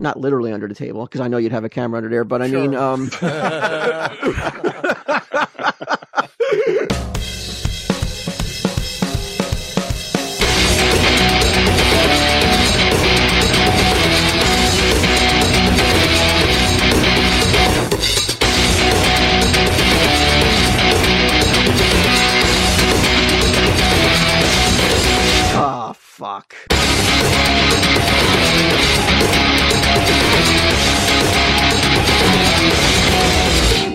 not literally under the table because I know you'd have a camera under there, but I mean, um, oh fuck.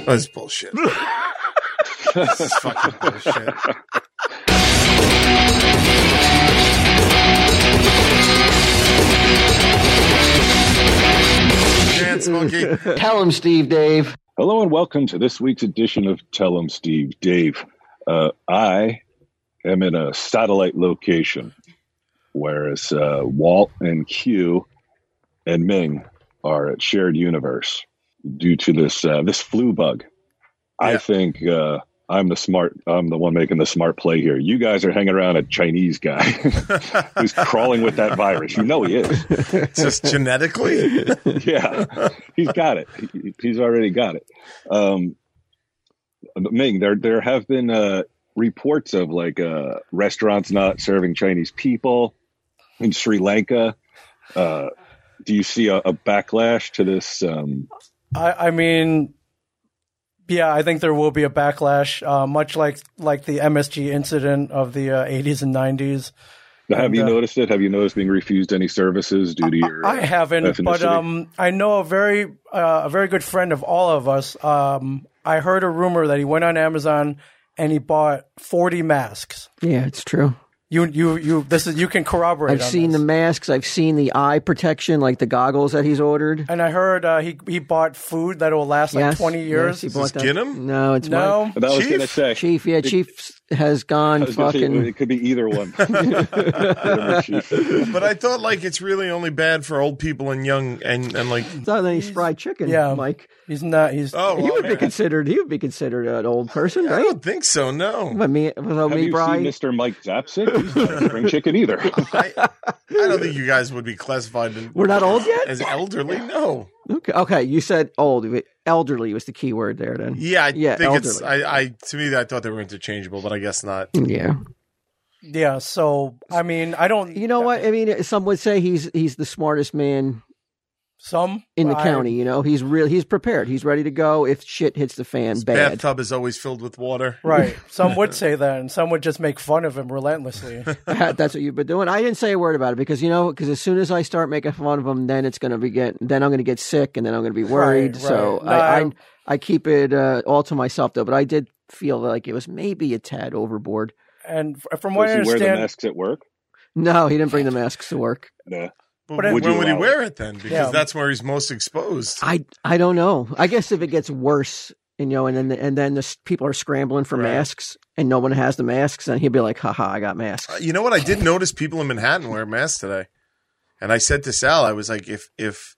That's bullshit. this is fucking bullshit. Dance monkey. Tell him, Steve Dave. Hello and welcome to this week's edition of Tell 'em Steve Dave. Uh, I am in a satellite location, whereas uh, Walt and Q and Ming are at shared universe due to this uh, this flu bug. I Yeah. think uh, I'm the smart. I'm the one making the smart play here. You guys are hanging around a Chinese guy who's crawling with that virus. You know he is. Just genetically? yeah, he's got it. He- He's already got it. Um, Ming, there there have been uh, reports of like uh, restaurants not serving Chinese people in Sri Lanka. Uh, do you see a, a backlash to this? Um, I, I mean, yeah, I think there will be a backlash, uh, much like like the MSG incident of the uh, 80s and 90s. have you uh, noticed it? Have you noticed being refused any services due to your? I haven't, but ethnicity? um, I know a very uh, a very good friend of all of us. Um, I heard a rumor that he went on Amazon and he bought 40 masks. Yeah, it's true. You you you. This is you can corroborate. I've on seen this. the masks. I've seen the eye protection, like the goggles that he's ordered. and I heard uh, he he bought food that will last like Yes, 20 years. Yes, he Does bought that. Ginnam? No, it's no, that was going to Chief? say. Mike. Chief. Yeah, Chief has I gone was gonna say, fucking. it could be either one. Whatever, Chief. But I thought like it's really only bad for old people and young and, and like It's not any fried chicken, Yeah. Mike. he's not. He's oh he well, would be considered. He would be considered an old person, I right? don't think so, no. But me, without Have me, you Brian. seen Mr. Mike Zapsik? He's not a spring chicken either. I, I don't think you guys would be classified in, We're not old yet. as elderly, no. Okay, okay. You said old. but Elderly was the key word there. Then. Yeah, I Yeah, think it's elderly. I, I to me I thought they were interchangeable, but I guess not. Yeah. yeah. So I mean, I don't. You know what? I mean, some would say he's he's the smartest man Some in the I- county. You know, he's real. He's prepared. He's ready to go if shit hits the fan bad. Bathtub is always filled with water. Right. Some would say that, and some would just make fun of him relentlessly. That's what you've been doing. I didn't say a word about it because you know, because as soon as I start making fun of him, then it's going to be get. Then I'm going to get sick, and then I'm going to be worried. right. So No, I, I I'm- I keep it uh, all to myself though. But I did feel like it was maybe a tad overboard. And f- from what I Does he wear the understand, masks at work? No, he didn't bring the masks to work. No. But But I- when Would you would he allow wear it then? Because Yeah. that's where he's most exposed. I I don't know. I guess if it gets worse, you know, and then and then the s- people are scrambling for Right. masks, and no one has the masks, and he'd be like, "Haha, I got masks." Uh, You know what? I did notice people in Manhattan wear masks today, and I said to Sal, I was like, if if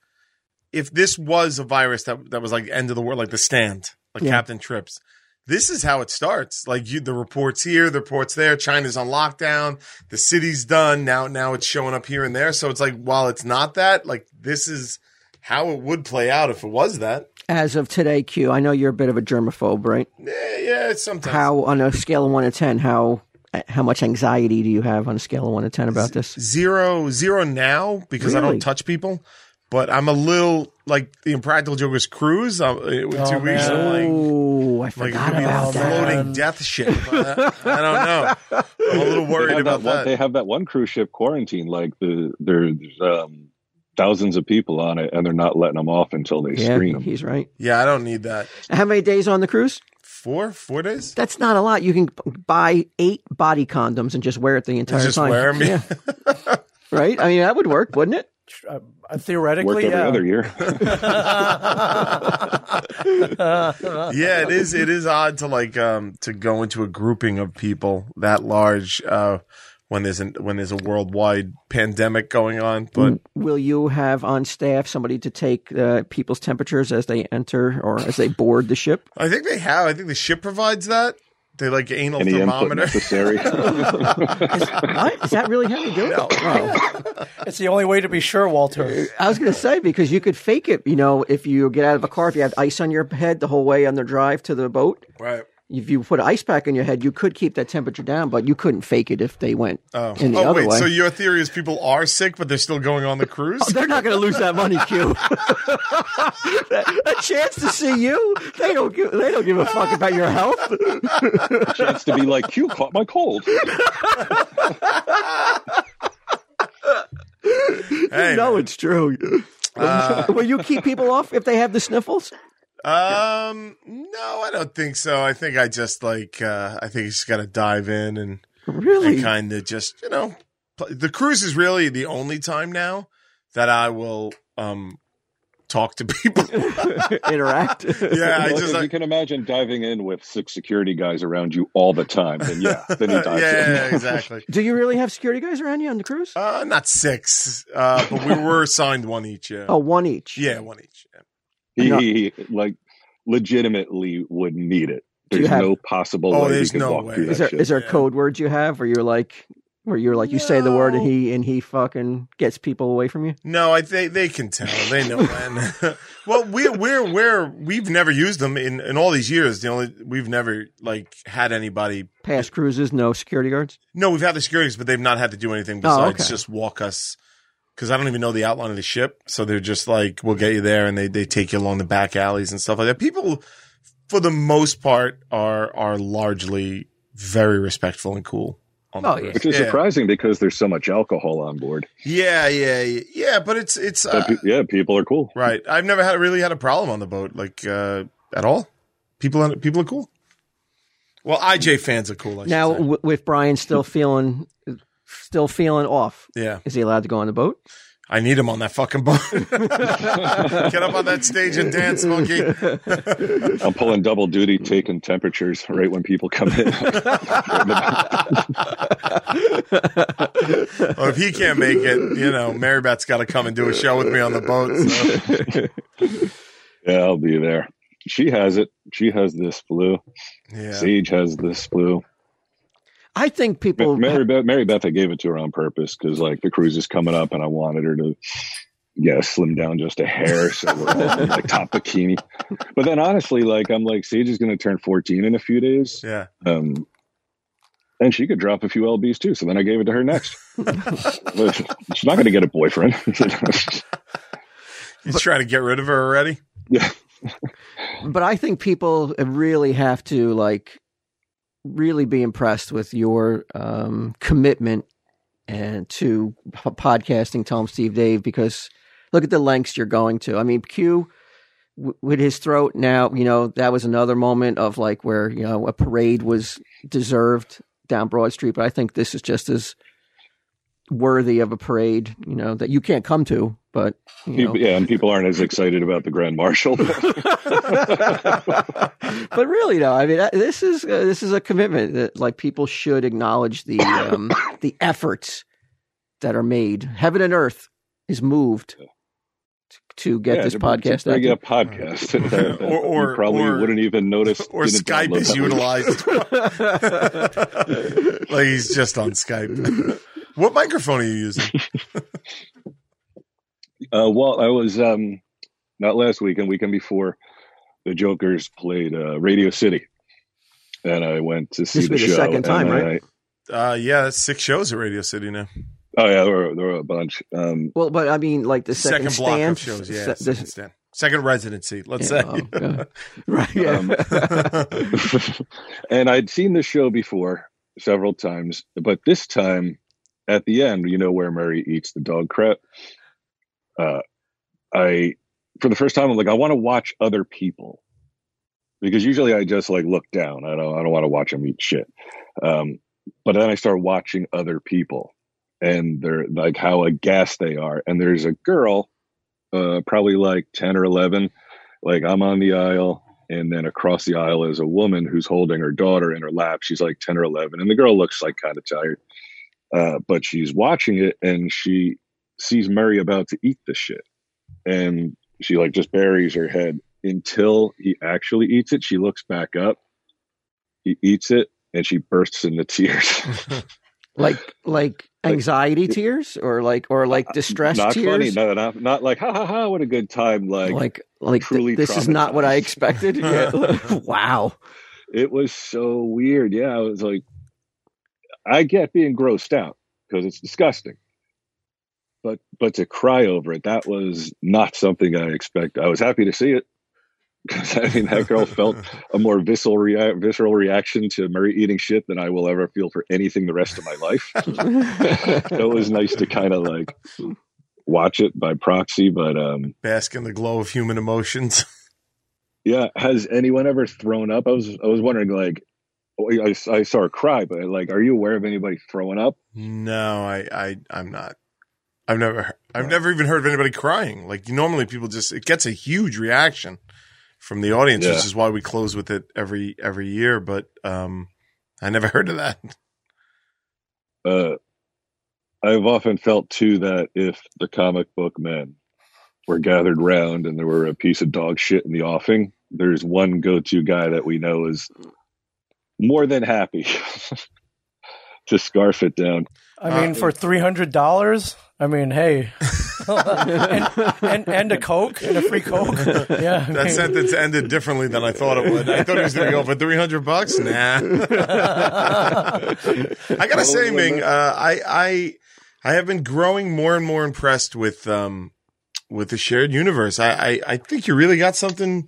if this was a virus that that was like end of the world, like the stand, like Yeah. Captain Trips, this is how it starts. Like you, the reports here, the reports there. China's on lockdown. The city's done now. Now it's showing up here and there. So it's like while it's not that, like this is how it would play out if it was that. As of today, Q, I know you're a bit of a germaphobe, right? Yeah, Eh, yeah. It's sometimes How on a scale of one to ten, how how much anxiety do you have on a scale of one to ten about this? zero zero now because I Really? don't touch people. But I'm a little like the Impractical Jokers cruise. I'm, it, was two Oh, weeks. man. I'm like, Oh, I like it forgot could be a about that. floating death ship. I, I don't know. I'm a little They worried have, about that one, that. they have that one cruise ship quarantine. Like the there's um, thousands of people on it, and they're not letting them off until they Yeah, screen them. he's right. yeah, I don't need that. How many days on the cruise? Four four days. That's not a lot. You can b- buy eight body condoms and just wear it the entire Just time. wear 'em, yeah. right? I mean, that would work, wouldn't it? uh, uh, Worked theoretically, every yeah. other year. Yeah, it is. It is odd to like um to go into a grouping of people that large uh when there's an, when there's a worldwide pandemic going on. But Will you have on staff somebody to take uh, people's temperatures as they enter or as they board the ship? I think they have. I think the ship provides that. They like anal Any input thermometer. necessary? What? Is that really how you do it? No. Wow. It's the only way to be sure, Walter. I was going to say because you could fake it. You know, if you get out of a car, if you have ice on your head the whole way on the drive to the boat, right. if you put an ice pack on your head, you could keep that temperature down, but you couldn't fake it if they went Oh, in the oh other wait. way. Oh, So your theory is people are sick, but they're still going on the cruise? They're not going to lose that money, Q. a chance to see you? They don't. Give, they don't give a fuck about your health. Chance to be like, you caught my cold. Hey, you know man. Uh, it's true. Will you keep people off if they have the sniffles? Um, no, I don't think so. I think I just like, uh, I think you just got to dive in and, Really? and kind of just, you know, pl- the cruise is really the only time now that I will, um, talk to people. Interact. yeah. I Like, just if you like, can imagine diving in with six security guys around you all the time, then yeah, then he yeah, dives in. yeah, exactly. Do you really have security guys around you on the cruise? Uh, not six, uh, but we were assigned one each. Yeah. oh, one each. Yeah, one each. yeah. he, No. he like legitimately would need it. Do you There's have- no possible Oh, way there's he could no walk way. through that Is there shit. is there Yeah. code words you have where you're like where you're like you say the word and No. he and he fucking gets people away from you? No, I they they can tell. They know when. well, we we're we're we've never used them in in all these years. The only we've never like had anybody. Past cruises, no security guards. No, we've had the securities, but they've not had to do anything besides Oh, okay. just walk us. Because I don't even know the outline of the ship, so they're just like, "We'll get you there," and they they take you along the back alleys and stuff like that. People, for the most part, are are largely very respectful and cool. On the Oh, yeah. cruise. Which is surprising because there's so much alcohol on board. yeah, yeah, yeah, yeah. But it's it's uh, But pe- yeah, people are cool. Right. I've never had really had a problem on the boat, like uh, at all. People on people are cool. Well, IJ fans are cool. I should Now say. w- with Brian still feeling still feeling off, yeah, is he allowed to go on the boat? I need him on that fucking boat. Get up on that stage and dance, monkey. I'm pulling double duty, taking temperatures right when people come in. Or if he can't make it, you know, Mary Beth's got to come and do a show with me on the boat. So. yeah, I'll be there. She has it. She has this flu. Yeah. Sage has this flu. I think Ma- people Mary Beth, Mary Beth, I gave it to her on purpose because like the cruise is coming up, and I wanted her to, yeah, slim down just a hair, so we're all in, like top bikini. But then honestly, like I'm like Sage is going to turn 14 in a few days, Yeah. um, and she could drop a few lbs too. So then I gave it to her next. But she's not going to get a boyfriend. He's trying to get rid of her already. yeah, but I think people really have to like really be impressed with your um, commitment and to p- podcasting Tom Steve Dave because look at the lengths you're going to. I mean, Q w- with his throat now, you know, that was another moment of like where, you know, a parade was deserved down Broad Street, but I think this is just as worthy of a parade, you know, that you can't come to, but you know. People- yeah, and people aren't as excited about the Grand Marshal. but really though i mean uh, this is uh, this is a commitment that like people should acknowledge the um the efforts that are made heaven and earth is moved t- to get Yeah, this to- to podcast out bring there. a podcast. that- that Or- or- you probably or- wouldn't even notice. Or didn't Skype download is that one. utilized. like he's just on Skype. what microphone are you using? Uh, well, I was um, not last weekend, weekend before the Jokers played uh, Radio City, and I went to see This the was show. the second time, and right? Uh, yeah, six shows at Radio City now. I- oh yeah, there were, there were a bunch. Um, well but i mean like the second, second, block stand of shows, yeah, se- second, stand. second residency, let's yeah, say. oh, God. right yeah Um, and I'd seen this show before several times, but this time at the end, you know where Mary eats the dog crap. Uh, I, for the first time, I'm like, I want to watch other people because usually I just like look down. I don't, I don't want to watch them eat shit. Um, but then I start watching other people and they're like how aghast they are. And there's a girl, uh, probably like 10 or 11. Like I'm on the aisle and then across the aisle is a woman who's holding her daughter in her lap. She's like 10 or 11, and the girl looks like kind of tired, uh, but she's watching it and she sees Murray about to eat this shit. And she like just buries her head until he actually eats it. She looks back up He eats it and she bursts into tears. Like like anxiety tears or like or like distress Uh, not tears. funny. No, not, not like, ha ha ha, what a good time. Like, like like th- truly this is not what I traumatized. expected. Yeah. wow. it was so weird. Yeah, I was like, I get being grossed out because it's disgusting. But but to cry over it, that was not something I expect. I was happy to see it because I mean that girl felt a more visceral rea- visceral reaction to Murray eating shit than I will ever feel for anything the rest of my life. so it was nice to kind of like watch it by proxy, but um, Bask in the glow of human emotions. yeah, has anyone ever thrown up? I was I was wondering like I, I saw her cry, but like, are you aware of anybody throwing up? No, I, I, I'm not. I've never, he- I've never even heard of anybody crying. Like normally, people just it gets a huge reaction from the audience, Yeah. which is why we close with it every every year. But um, I never heard of that. Uh, I've often felt too that if the comic book men were gathered round and there were a piece of dog shit in the offing, there's one go-to guy that we know is more than happy to scarf it down. I mean, Uh, for three hundred dollars. I mean, hey, and, and and a coke and a free coke. Yeah, I That mean, sentence ended differently than I thought it would. I thought it was going to go for three hundred bucks. Nah. I gotta say, Ming, uh, I I I have been growing more and more impressed with um with the shared universe. I I, I think you really got something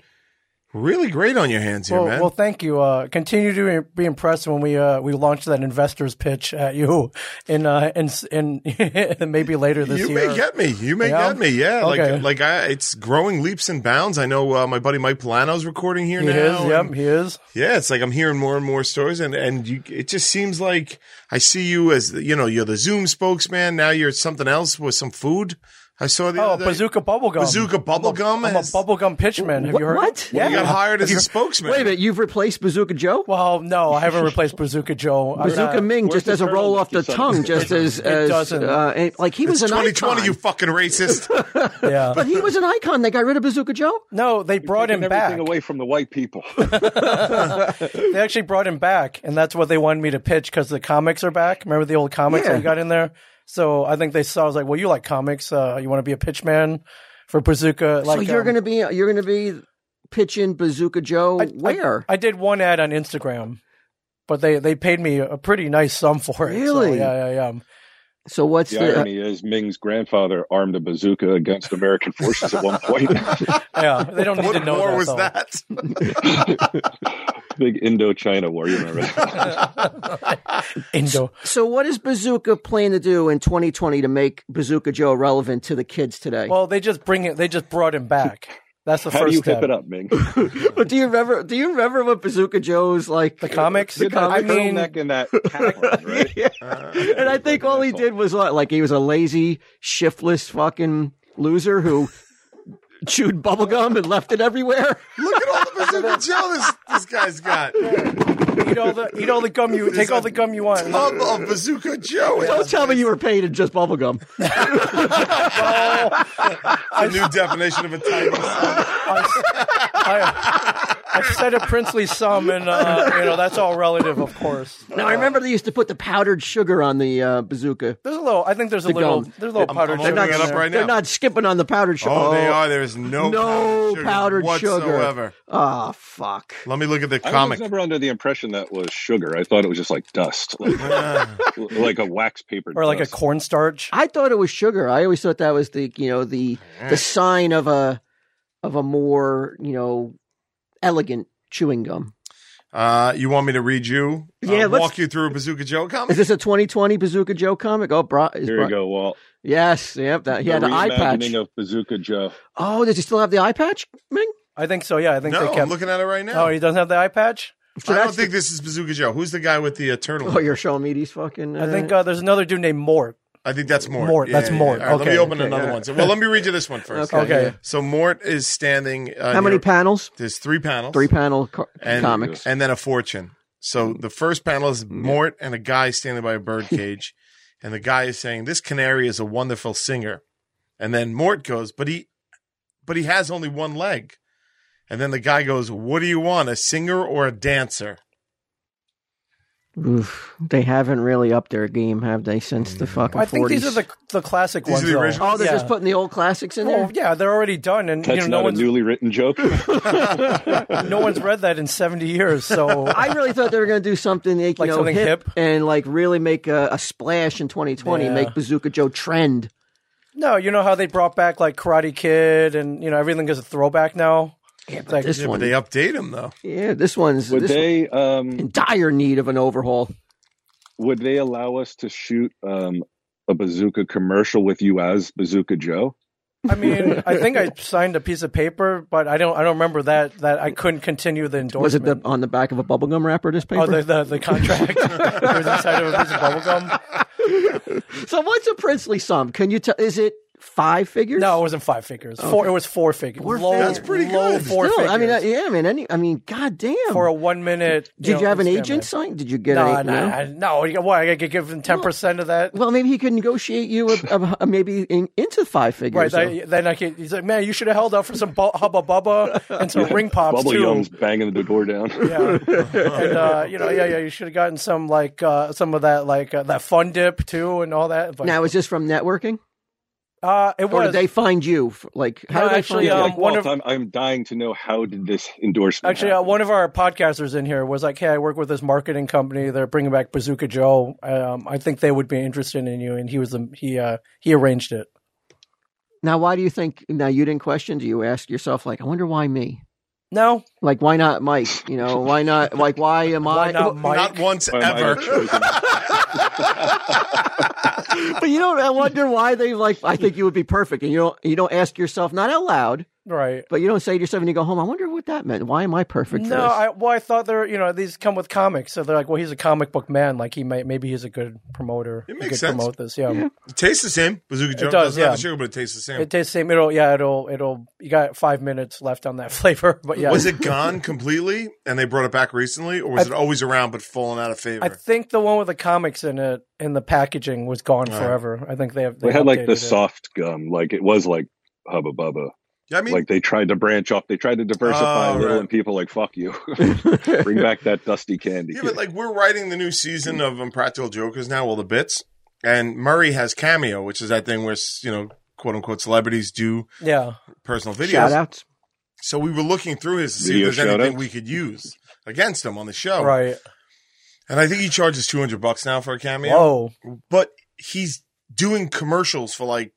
really great on your hands here, Well, man. well, thank you. Uh, continue to be impressed when we uh, we launch that investors pitch at you in uh, in in maybe later this you year. may get me. You may Yeah? get me. Yeah, Okay. like like I, it's growing leaps and bounds. I know uh, my buddy Mike Polano's recording here he now. is. and- Yep, he is. Yeah, it's like I'm hearing more and more stories, and and you, it just seems like I see you as you know you're the Zoom spokesman. Now you're something else with some food. I saw the Oh, other day. bazooka bubblegum. Bazooka bubblegum. I'm a has- bubblegum pitchman. Have you heard? What? Yeah. You got hired as a spokesman. Wait a minute, you've replaced Bazooka Joe? Well, no, I haven't replaced Bazooka Joe. I'm Bazooka not- Ming where's just the doesn't roll turtleneck off the you son of tongue, a just as as doesn't. uh, it- like he was an 2020, icon. you fucking racist. Yeah. but he was an icon. They got rid of Bazooka Joe. No, they brought him Taking back. everything away from the white people. They actually brought him back, and that's what they wanted me to pitch because the comics are back. Remember the old comics Yeah. that we got in there? So I think they saw. I was like, "Well, you like comics? Uh, you want to be a pitchman for Bazooka?" Like, so you're um, gonna be you're gonna be pitching Bazooka Joe I- where? I, I did one ad on Instagram, but they they paid me a pretty nice sum for it. So, Really? yeah, yeah, yeah. so what's The the? irony is Ming's grandfather armed a bazooka against American forces at one point. Yeah, they don't need to what know war that, was though. that? Big Indochina war, you remember? that? Indo. so what is Bazooka plan to do in 2020 to make Bazooka Joe relevant to the kids today? Well, they just bring it. They just brought him back. That's the How first do you step. hip it up, Ming? but do you remember? Do you remember what Bazooka Joe's like? The comics. Did that I mean, turtleneck and that cap on, right? Yeah. and I think all he did was like, like he was a lazy, shiftless fucking loser who chewed bubblegum and left it everywhere. Look at all the bazooka Joe this, this guy's got. eat all the eat all the gum you take all the gum you want. Tub of bazooka Joe. Don't tell me you were paid in just bubblegum. A new definition of a title. I, I said a princely sum, and uh, you know that's all relative, of course. Now I remember they used to put the powdered sugar on the uh, bazooka. There's a little. I think there's a little. gum. There's a little I'm- powdered I'm sugar. opening it in up there. right now. They're not skipping on the powdered sugar. Oh, they are. There is no, No powdered sugar. whatsoever. Ah, fuck. Let me look at the I comic. was never under the impression that was sugar. I thought it was just like dust, like, like a wax paper, Or like a dust. cornstarch. I thought it was sugar. I always thought that was the you know the the sign of a of a more you know elegant chewing gum. Uh, you want me to read you? uh, Yeah, let's- walk you through a Bazooka Joe comic. Is this a 2020 Bazooka Joe comic? Oh, bro, is Here Bro- you go, Walt. Yes, yep. That he The had an eye patch. reimagining of Bazooka Joe. oh, does he still have the eye patch? Ming? I think so. Yeah, I think no, they kept. I'm looking at it right now. oh, he doesn't have the eye patch. So I don't that's think this is Bazooka Joe. Who's the guy with the uh, turtle? Oh, you're showing me these fucking. I think uh, there's another dude named Mort. I think that's Mort. Mort, that's Mort. All right, let Okay, me open okay, another yeah. one. So, well, let me read you this one first. Okay. Okay. So Mort is standing. Uh, How many near- panels? There's three panels. Three panel co- and, uh, comics. and then a fortune. So the first panel is Mort and a guy standing by a bird cage, and the guy is saying, "This canary is a wonderful singer," and then Mort goes, "But he, but he has only one leg," and then the guy goes, "What do you want, a singer or a dancer?" Oof, they haven't really upped their game, have they? Since the fucking. I think 40s. these are the the classic These are ones. the though. originals? Oh, they're yeah. just putting the old classics in there. Well, yeah, they're already done, and That's you know no not a one's newly written joke. no one's read that in seventy years. So I really thought they were going to do something like, you Like know, something hip, hip? and like really make a, a splash in 2020, Yeah. make Bazooka Joe trend. no, you know how they brought back like Karate Kid, and you know everything is a throwback now. It's like, This Yeah, but one, they update them though. yeah, this one's Would this one's they um, in dire need of an overhaul. would they allow us to shoot um, a bazooka commercial with you as Bazooka Joe? I mean, I think I signed a piece of paper, but I don't I don't remember that that I couldn't continue the endorsement. Was it the, on the back of a bubblegum wrapper? This paper. Oh, the, the, the contract it was inside of a piece of bubblegum. so what's a princely sum? Can you tell? Is it five figures? No, it wasn't five figures. Four. It was four figures. Four low, figures. That's pretty low good. Four Still, figures. I mean, uh, yeah, man. Any, I mean, goddamn. for a one minute. Did you, know, have an Instagram agent ad. sign? Did you get No, an? no, I- no. you- What? I could give them ten percent of that. Well, maybe he could negotiate you a, a, a- maybe in, into five Right, figures. I, then I can. He's like, man, you should have held out for some bu- hubba bubba and some ring pops Bubble too. Yum's banging the door down. Yeah, and uh, you know, yeah, yeah, you should have gotten some like uh, some of that like uh, that fun dip too and all that. But now, is this from networking, uh, it or was did they find you? F- Like, how No, did they actually, find um, you? Like, one Walt, of- I'm, I'm dying to know how did this endorsement Actually, uh, happen? one of our podcasters in here was like, "Hey, I work with this marketing company. They're bringing back Bazooka Joe. Um, I think they would be interested in you." And he was the he uh, he arranged it. Now, why do you think? Now, you didn't question. Do you ask yourself, like, I wonder why me? No, Like, why not Mike? You know, why not? Like, why am why I? not Mike? Not once Why am I ever. chosen? But you don't. I wonder why they like. I think you would be perfect, and you don't. You don't ask yourself, not out loud, right? but you don't say to yourself, and you go home. I wonder what that meant. Why am I perfect? for No, this? I, well, I thought they're you know these come with comics, so they're like, well, he's a comic book man. Like he may maybe he's a good promoter. It He makes could sense. promote this. Yeah. It tastes the same. Bazooka Joe does, doesn't have yeah. the sugar, but it tastes the same. it tastes same. It'll yeah. It'll it'll. You got five minutes left on that flavor, but yeah. Was it gone completely and they brought it back recently, or was it always around but fallen out of favor? I think the one with the comics in it in the packaging was gone All right. forever. I think they have. They They had like the updated it. soft gum, like it was like Hubba Bubba. yeah, I mean, like they tried to branch off, they tried to diversify Oh, a little, right. and people like fuck you, bring back that dusty candy. yeah, kid. but like we're writing the new season of Impractical Jokers now, well, the bits, and Murray has cameo, which is that thing where you know, quote unquote, celebrities do Yeah. personal Shout videos. outs. So we were looking through his to see Video if there's anything shout-outs. we could use against him on the show, Right. And I think he charges two hundred bucks now for a cameo. Whoa. but he's doing commercials for like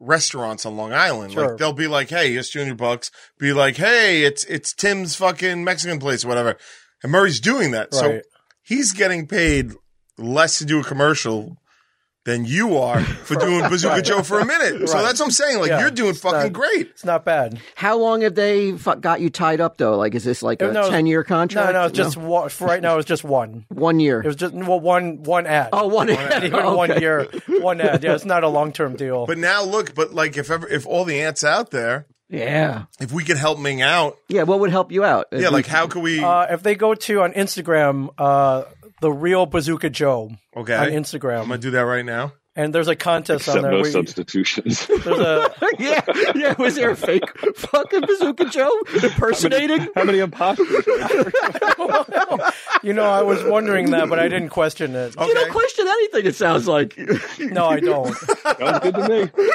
restaurants on Long Island. Sure. Like they'll be like, "Hey, here's Junior Bucks." Be like, "Hey, it's it's Tim's fucking Mexican place, or whatever." And Murray's doing that, so Right. he's getting paid less to do a commercial than you are for doing Bazooka Right. Joe for a minute. So Right. that's what I'm saying. Like Yeah. you're doing fucking not- great. It's not bad. How long have they fu- got you tied up though? Like, is this like a No, ten year No, contract? no, it's just one, for right now. It's just one. one year. It was just well, one one ad. oh, one year. Not even one year, one ad. Yeah, it's not a long term deal. But now look, but like if ever if all the ants out there, Yeah, if we could help Ming out, yeah. What would help you out? yeah, like how could we? uh, if they go to on Instagram, uh, the real Bazooka Joe okay, on I'm Instagram, gonna do that right now. and there's a contest Except on there. no where you- substitutions. there's a yeah, yeah. Was there a fake fucking Bazooka Joe impersonating? How many imposters? are there? you know, I was wondering that, but I didn't question it. You don't question anything. It sounds like. No, I don't. Sounds good to me.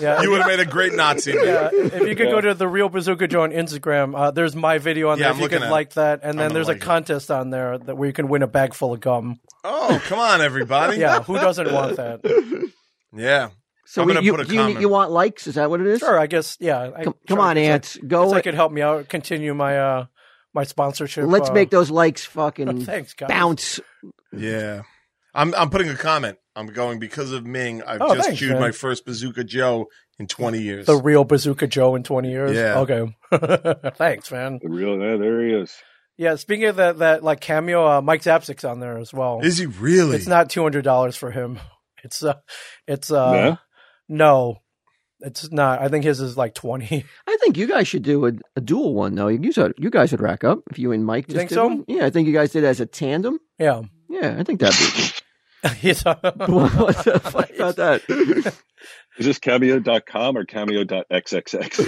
Yeah. You would have made a great Nazi. dude. yeah, if you could go to the real Bazooka Joe on Instagram, uh, there's my video on Yeah, there. I'm if you looking could at it. like that, and then gonna there's like a it. contest on there that where you can win a bag full of gum. Oh, come on, everybody. Yeah, who doesn't want that? Yeah. so I'm we- gonna you, put a you, comment. you want likes? Is that what it is? Sure, I guess. Yeah, I, Come, come on, ants. Go. That could help me out. Continue my uh my sponsorship. Let's uh, make those likes fucking Thanks, guys. bounce. Yeah. I'm I'm putting a comment. I'm going because of Ming. I've Oh, just thanks, chewed man. my first Bazooka Joe in 20 years. The real Bazooka Joe in twenty years. Yeah. Okay. thanks, man. The real, yeah, there he is. Yeah. Speaking of that, that like cameo, uh, Mike Zapsik's on there as well. Is he really? It's not two hundred dollars for him. It's uh, it's uh, No? no, it's not. I think his is like twenty. I think you guys should do a, a dual one though. You guys, you guys would rack up if you and Mike. You just think did so? one. Yeah, I think you guys did as a tandem. Yeah, uh, Yeah, I think that'd be. You know? what the fuck about that? Is this cameo.com or cameo.xxx?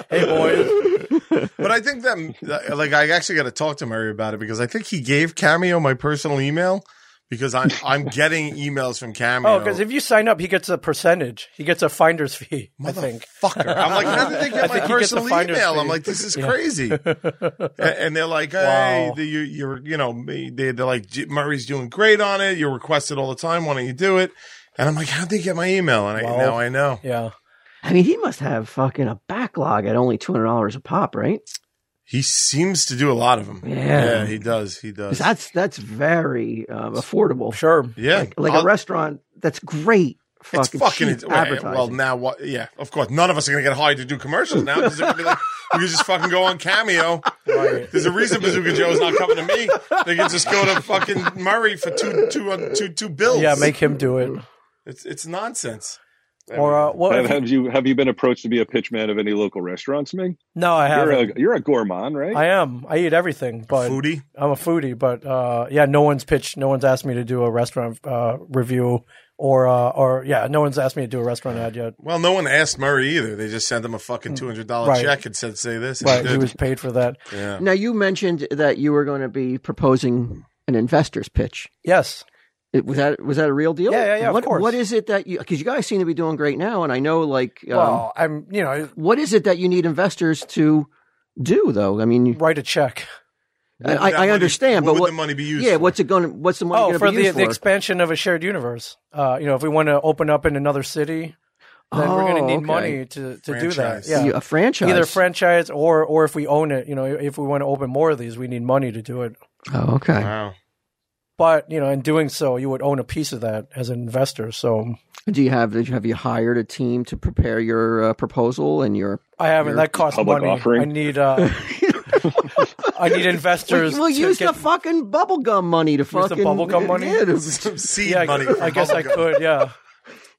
hey boys, But I think that, like, I actually got to talk to Murray about it because I think he gave Cameo my personal email because I'm I'm getting emails from Cameo. oh, because if you sign up, he gets a percentage. He gets a finder's fee. I think. Motherfucker. I'm like, how did they I get my think he gets a personal finder's email? fee. I'm like, this is crazy. A- and they're like, hey, Wow. the, you, you're, you know, me- they, they're like, "J- Murray's doing great on it. You're requested all the time. Why don't you do it? And I'm like, how'd they get my email? And I, Well, now I know. Yeah. I mean, he must have fucking a backlog at only two hundred dollars a pop, right? He seems to do a lot of them. Yeah. he does. He does. 'Cause that's that's very um, affordable. Sure. yeah. Like, like I'll- a restaurant, that's great. It's Fucking, fucking cheap it's, well, advertising. well now what yeah of course none of us are gonna get hired to do commercials now because gonna be like we could just fucking go on cameo Right. there's a reason Bazooka Joe's not coming to me they can just go to fucking Murray for two two uh, two two bills Yeah, make him do it. it's it's nonsense Or uh, what? have, if- have you have you been approached to be a pitchman of any local restaurants, Ming? no, I You're haven't. a you're a gourmand, right? I am. I eat everything, but foodie I'm a foodie. But uh, yeah, no one's pitched. No one's asked me to do a restaurant uh, review, or uh, or yeah, no one's asked me to do a restaurant ad yet. well no one asked Murray either they just sent him a fucking two hundred dollar Right. check and said say this and But he he did. was paid for that. yeah Now you mentioned that you were going to be proposing an investor's pitch. Yes. It, was that was that a real deal? Yeah, yeah, yeah, of What, course. what is it that you? Because you guys seem to be doing great now, and I know like, um, Well, I'm. You know, what is it that you need investors to do though? I mean, write a check. I, What would I that money- understand, what but would what the money be used yeah, for? what's it going? to What's the money oh, going for to be the, used the for? expansion of a shared universe. Uh, you know, if we want to open up in another city, then we're going to Oh, need okay. money to, to do that. Franchise. Yeah. You- a franchise, Either franchise or or if we own it, you know, if we want to open more of these, we need money to do it. Oh, okay. wow But you know, in doing so, you would own a piece of that as an investor. So Do you have? Did you have you hired a team to prepare your uh, proposal and your? I haven't. That costs Public money. offering? I need uh, I need investors. We'll, we'll to use get- the fucking bubblegum money to the fucking bubblegum money? Yeah, to- some seed yeah, I- money I guess I could. Yeah,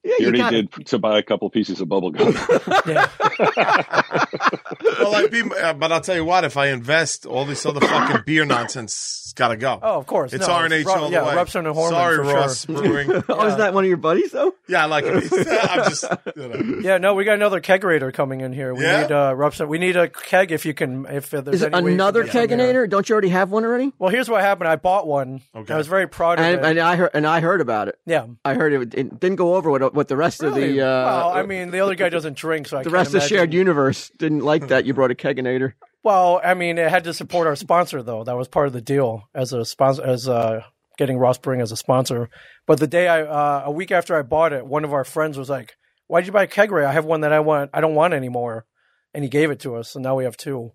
yeah, you you got already did to buy a couple pieces of bubble gum. yeah. well I'd be uh, but I'll tell you what if I invest all this other fucking beer nonsense has gotta go Oh, of course. It's no, R and H Ru- all the yeah, way. Rupson and Horman. Sorry, for Ross Sure. Brewing. Oh, is that one of your buddies though? yeah, I like it. I'm just. You know. Yeah, no, we got another kegerator coming in here. We Yeah? need uh, Rupson. We need a keg if you can. If uh, there's Is it any way you another can get in there. keganator? Don't you already have one already? Well, here's what happened. I bought one. Okay. I was very proud of And, it. and I heard and I heard about it. yeah. I heard it, it didn't go over what what the rest of Really? the uh, well, I mean, the other guy doesn't drink, so I the rest of the shared You- universe didn't like that you brought a keganator. well, I mean, it had to support our sponsor though. That was part of the deal as a sponsor as uh, getting Ross Brewing as a sponsor. But the day I uh, a week after I bought it, one of our friends was like, "Why'd you buy a kegerator? I have one that I want. I don't want anymore." And he gave it to us, and now we have two.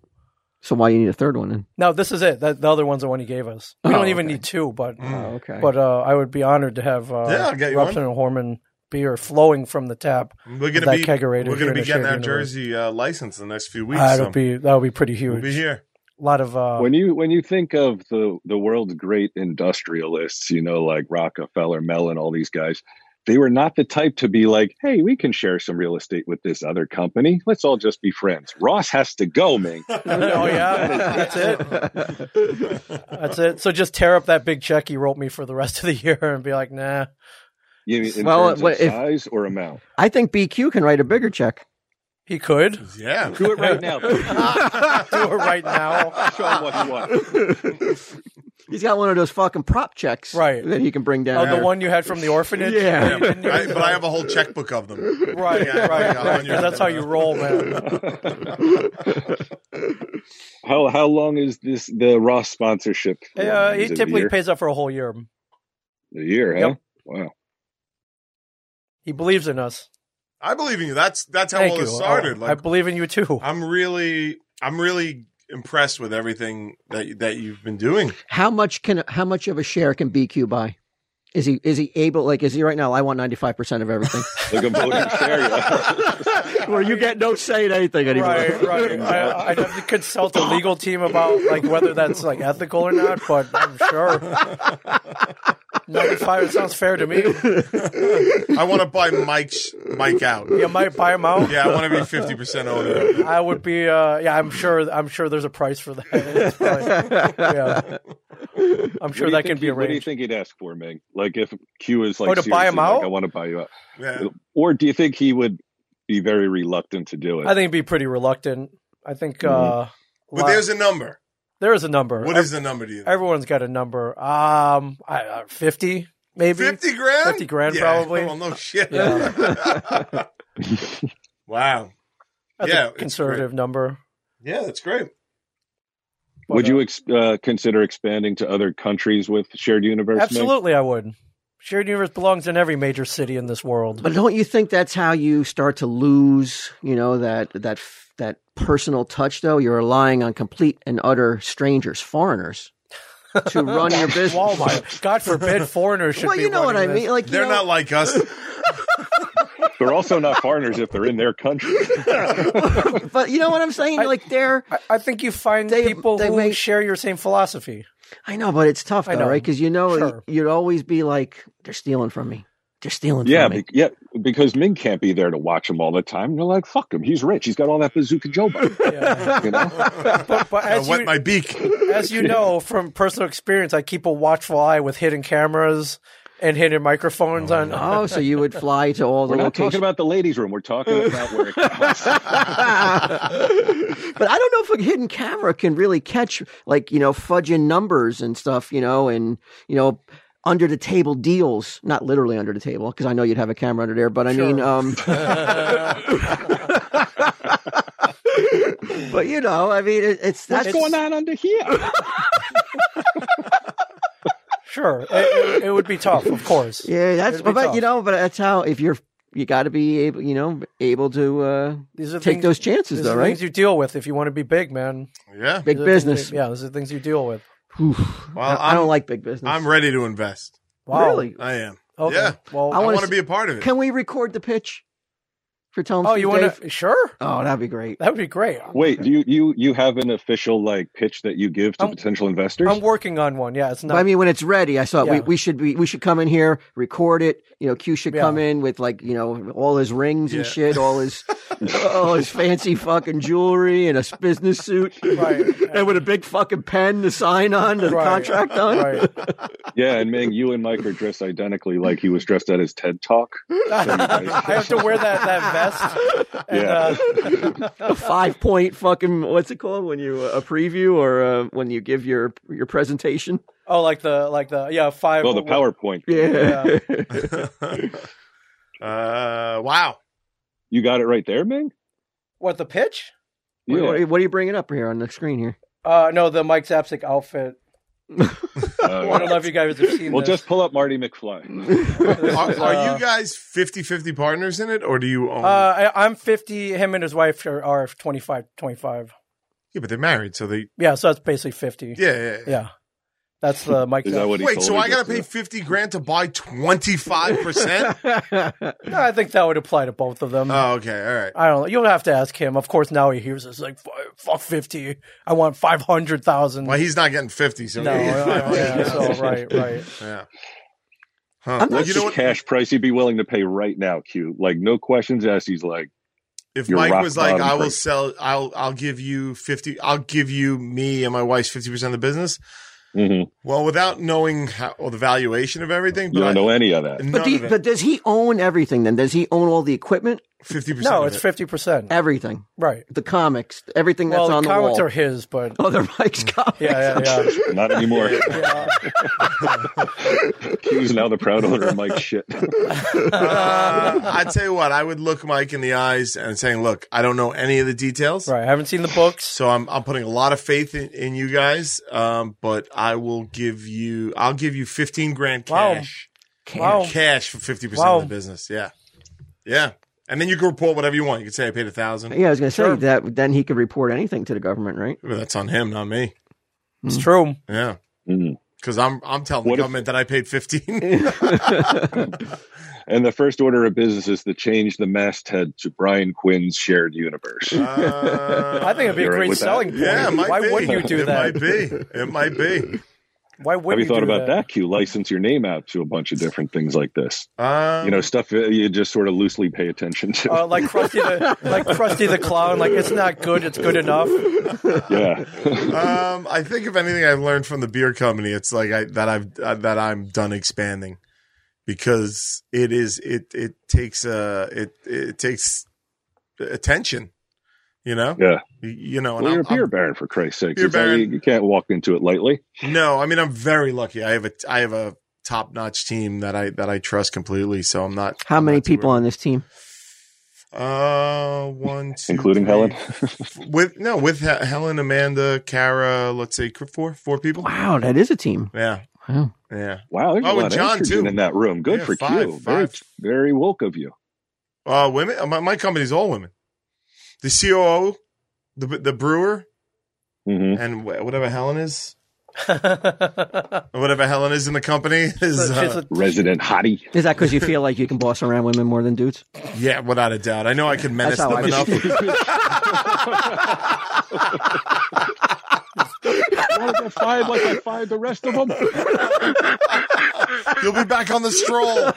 So why you need a third one then? No, this is it. That, the other one's the one he gave us. We Oh, don't even okay. need two, but Oh, okay. but uh, I would be honored to have uh, Mm. Yeah, I'll get you Robson and Horman beer flowing from the tap. We're gonna That be kegerator we're here gonna in be the getting shared our universe. Jersey uh, license in the next few weeks. Uh, so it'll be that would be pretty we'll huge. be here. A lot of uh, when you when you think of the the world's great industrialists, you know, like Rockefeller, Mellon, all these guys, they were not the type to be like, "Hey, we can share some real estate with this other company. Let's all just be friends." Ross has to go, Ming. oh yeah, that's it. That's it. So just tear up that big check he wrote me for the rest of the year and be like, nah. You mean in Well, terms what of if- size or amount? I think BQ can write a bigger check. He could do Yeah. Do it right now. it right now. Show 'em what you want. He's got one of those fucking prop checks, Right. That he can bring down. Oh, the one you had from the orphanage. Yeah. You didn't I, even- but I have a whole checkbook of them. right, Yeah, I right, got right. one year. That's how you roll, man. How how long is this the Ross sponsorship? Yeah, uh, he Is it a typically year? pays up for a whole year. a year, huh? Yep. Wow. He believes in us. I believe in you. That's that's how Thank all you. this started. Oh, I like believe in you too. I'm really I'm really impressed with everything that you- that you've been doing. How much can how much of a share can BQ buy? Is he is he able like is he right now? I want ninety five percent of everything. Like a voting share. yeah. Where you get no say in anything anymore. Right, right. I, I'd have to consult a legal team about like whether that's like ethical or not, but I'm sure. Ninety-five sounds fair to me. I want to buy Mike's Mike out. You might buy them out. Yeah, I want to be fifty percent owner. I would be. Uh, yeah, I'm sure. I'm sure there's a price for that. It's probably- yeah. I'm What sure do you that think can be he- What do you arranged. think he'd ask for, Meg? Like if Q is like, Oh, to buy him seriously, like, out? I want to buy you out. Yeah. Or do you think he would be very reluctant to do it? Mm-hmm. I think he'd be pretty reluctant. I think uh, But lot- there's a number. there is a number. What Ev- is the number to you? think? Everyone's got a number. Um, I, uh, fifty maybe. 50 grand? 50 grand, Yeah, probably. Well, no shit. Yeah. wow. That's Yeah, a it's conservative number. Yeah, that's great. But, would uh, you ex- uh, consider expanding to other countries with shared universe? Meg? Absolutely, I would. Shared universe belongs in every major city in this world. But don't you think that's how you start to lose, you know, that that f- that personal touch? Though you're relying on complete and utter strangers, foreigners, to run your business. Walmart, God forbid, foreigners should well, be. you know what I running mean. this. Like you They're know- not like us. They're also not foreigners if they're in their country. but you know what I'm saying. like they're, I, I think you find They- people they who make- share your same philosophy. I know, but it's tough, I though, know. right? Because you know, Sure. you'd always be like, they're stealing from me. They're stealing yeah, from me. be- yeah, because Ming can't be there to watch him all the time. They're like, fuck him. He's rich. He's got all that bazooka joba. Yeah. You know? but but I as, wet you, my beak. as you know from personal experience, I keep a watchful eye with hidden cameras and hidden microphones on. Oh, so you would fly to all the We're not talking locations. about the ladies' room. We're talking about where it counts. but I don't know if a hidden camera can really catch, like, you know, fudging numbers and stuff, you know, and, you know, under the table deals, not literally under the table, because I know you'd have a camera under there, but I mean, Sure. um, but you know, I mean, it, it's that's What's going on under here? Sure, it, it would be tough, of course. Yeah, that's It'd be but tough. you know, but that's how if you're you got to be able, you know, able to uh, These are take things, those these chances, though, are right? things you deal with if you want to be big, man. Yeah. big These are things business. you- yeah, these are things you deal with. Whew. Well, I, I don't I'm- like big business. I'm ready to invest. Wow. Really? I am. Okay. Yeah. Well, I I wanna want to s- be a part of it. Can we record the pitch for Tom? oh, you want to? Sure. Oh, that'd be great. That would be great. Wait, do you, you you have an official like pitch that you give to I'm- potential investors? I'm working on one. Yeah, it's But I not. mean, when it's ready, I thought we, Yeah. we should be we should come in here, record it. You know, Q should Yeah. come in with like you know all his rings and Yeah. shit, all his all his fancy fucking jewelry and a s- business suit, Right. and with a big fucking pen to sign on to the Right. contract on. Right. yeah, and Ming, you and Mike are dressed identically, like he was dressed at his TED talk. I have to wear that, that vest. And, Yeah. uh, a five point fucking what's it called when you uh, a preview or uh, when you give your your presentation? oh, like the like the yeah five. Oh, the PowerPoint. Yeah, uh, wow. You got it right there, Ming. What the pitch? What, what are Yeah. you, what are you bringing up here on the screen here? Uh, no, the Mike Zapsik outfit. Uh, I don't know if you guys have seen. well, this. just pull up Marty McFly. This Are, is, are uh, you guys 50 50 partners in it, or do you own? Uh, I, I'm 50. Him and his wife are, are 25, 25. yeah, but they're married, so they. Yeah, so that's basically 50. Yeah, yeah. yeah. Yeah. That's the Mike. Is that what he Wait, told so her I got just to pay now? 50 grand to buy 25%? No, I think that would apply to both of Uh, them. oh, okay. All right. I don't know. You'll have to ask him. Of course, now he hears us like, "F- fuck 50. I want 500,000. Well, he's not getting 50, so. No, yeah, yeah, so, right, right. Yeah. Huh. I'm Well, What's you know the what? cash price he'd be willing to pay right now, Q? Like no questions asked. He's like, If your Mike rock was like, bottom "I will price. sell, I'll, I'll give you fifty, I'll give you me and my wife's fifty percent of the business." mhm, Well, without knowing how or the valuation of everything, you but don't know any of that. but, do you- but does he own everything? Then does he own all the equipment? fifty percent. No, it's 50%. Everything, Right. the comics, everything Well, that's on the the comics wall. are his, but Other Mike's comics. yeah, yeah, yeah. Not anymore. yeah. Q's now the proud owner of Mike's shit. Uh, I tell you what, I would look Mike in the eyes and saying, "Look, I don't know any of the details, Right. I haven't seen the books. so I'm I'm putting a lot of faith in, in you guys. Um, but I will give you, I'll give you fifteen grand Wow. cash, Wow. cash for fifty percent Wow. of the business. Yeah, yeah." And then you can report whatever you want. You can say I paid a thousand. Yeah, I was gonna say Sure. that. Then he could report anything to the government, right? Well, that's on him, not me. It's true. Yeah, Mhm. because I'm I'm telling What the if- government that I paid fifteen. And the first order of business is to change the masthead to Brian Quinn's shared universe. Uh, I think it'd be a You're right great with that. selling point. yeah, it might Why be. would you do it that? It might be. It might be. Why would Have you you thought do about that? Q license your name out to a bunch of different things like this. Um, You know, stuff that you just sort of loosely pay attention to. Uh, like Krusty the like Krusty the Clown. Like it's not good. It's good enough. yeah. um, I think if anything I've learned from the beer company, it's like I, that I've uh, that I'm done expanding because it is it it takes uh it it takes attention, you know. Yeah. Y- You know, and well, you're a I'm- I'm- beer baron for Christ's sake. Beer It's not- you- baron. You can't walk into it lightly. No, I mean I'm very lucky. I have a I have a top notch team that I that I trust completely. So I'm not. How I'm many not too people worried. on this team? Uh, one, two, Including three, Helen? f- with no, with He- Helen, Amanda, Kara. Let's say cr- four, four people. Wow, that is a team. Yeah, Wow. yeah. Wow, there's Oh, a lot and of John, estrogen too. in that room. Good Yeah, for five, Q. Very, five. very woke of you. Uh, women. uh, My, my company's all women. The COO, the the brewer, hmm and wh- whatever Helen is, It's whatever Helen is in the company is. a- it's Uh, a- Resident hottie. Is that because you feel like you can boss around women more than dudes? yeah, without a doubt. I know I can menace That's how them I enough. feel. Why did I find like I find the rest of them? You'll be back on the stroll. Uh,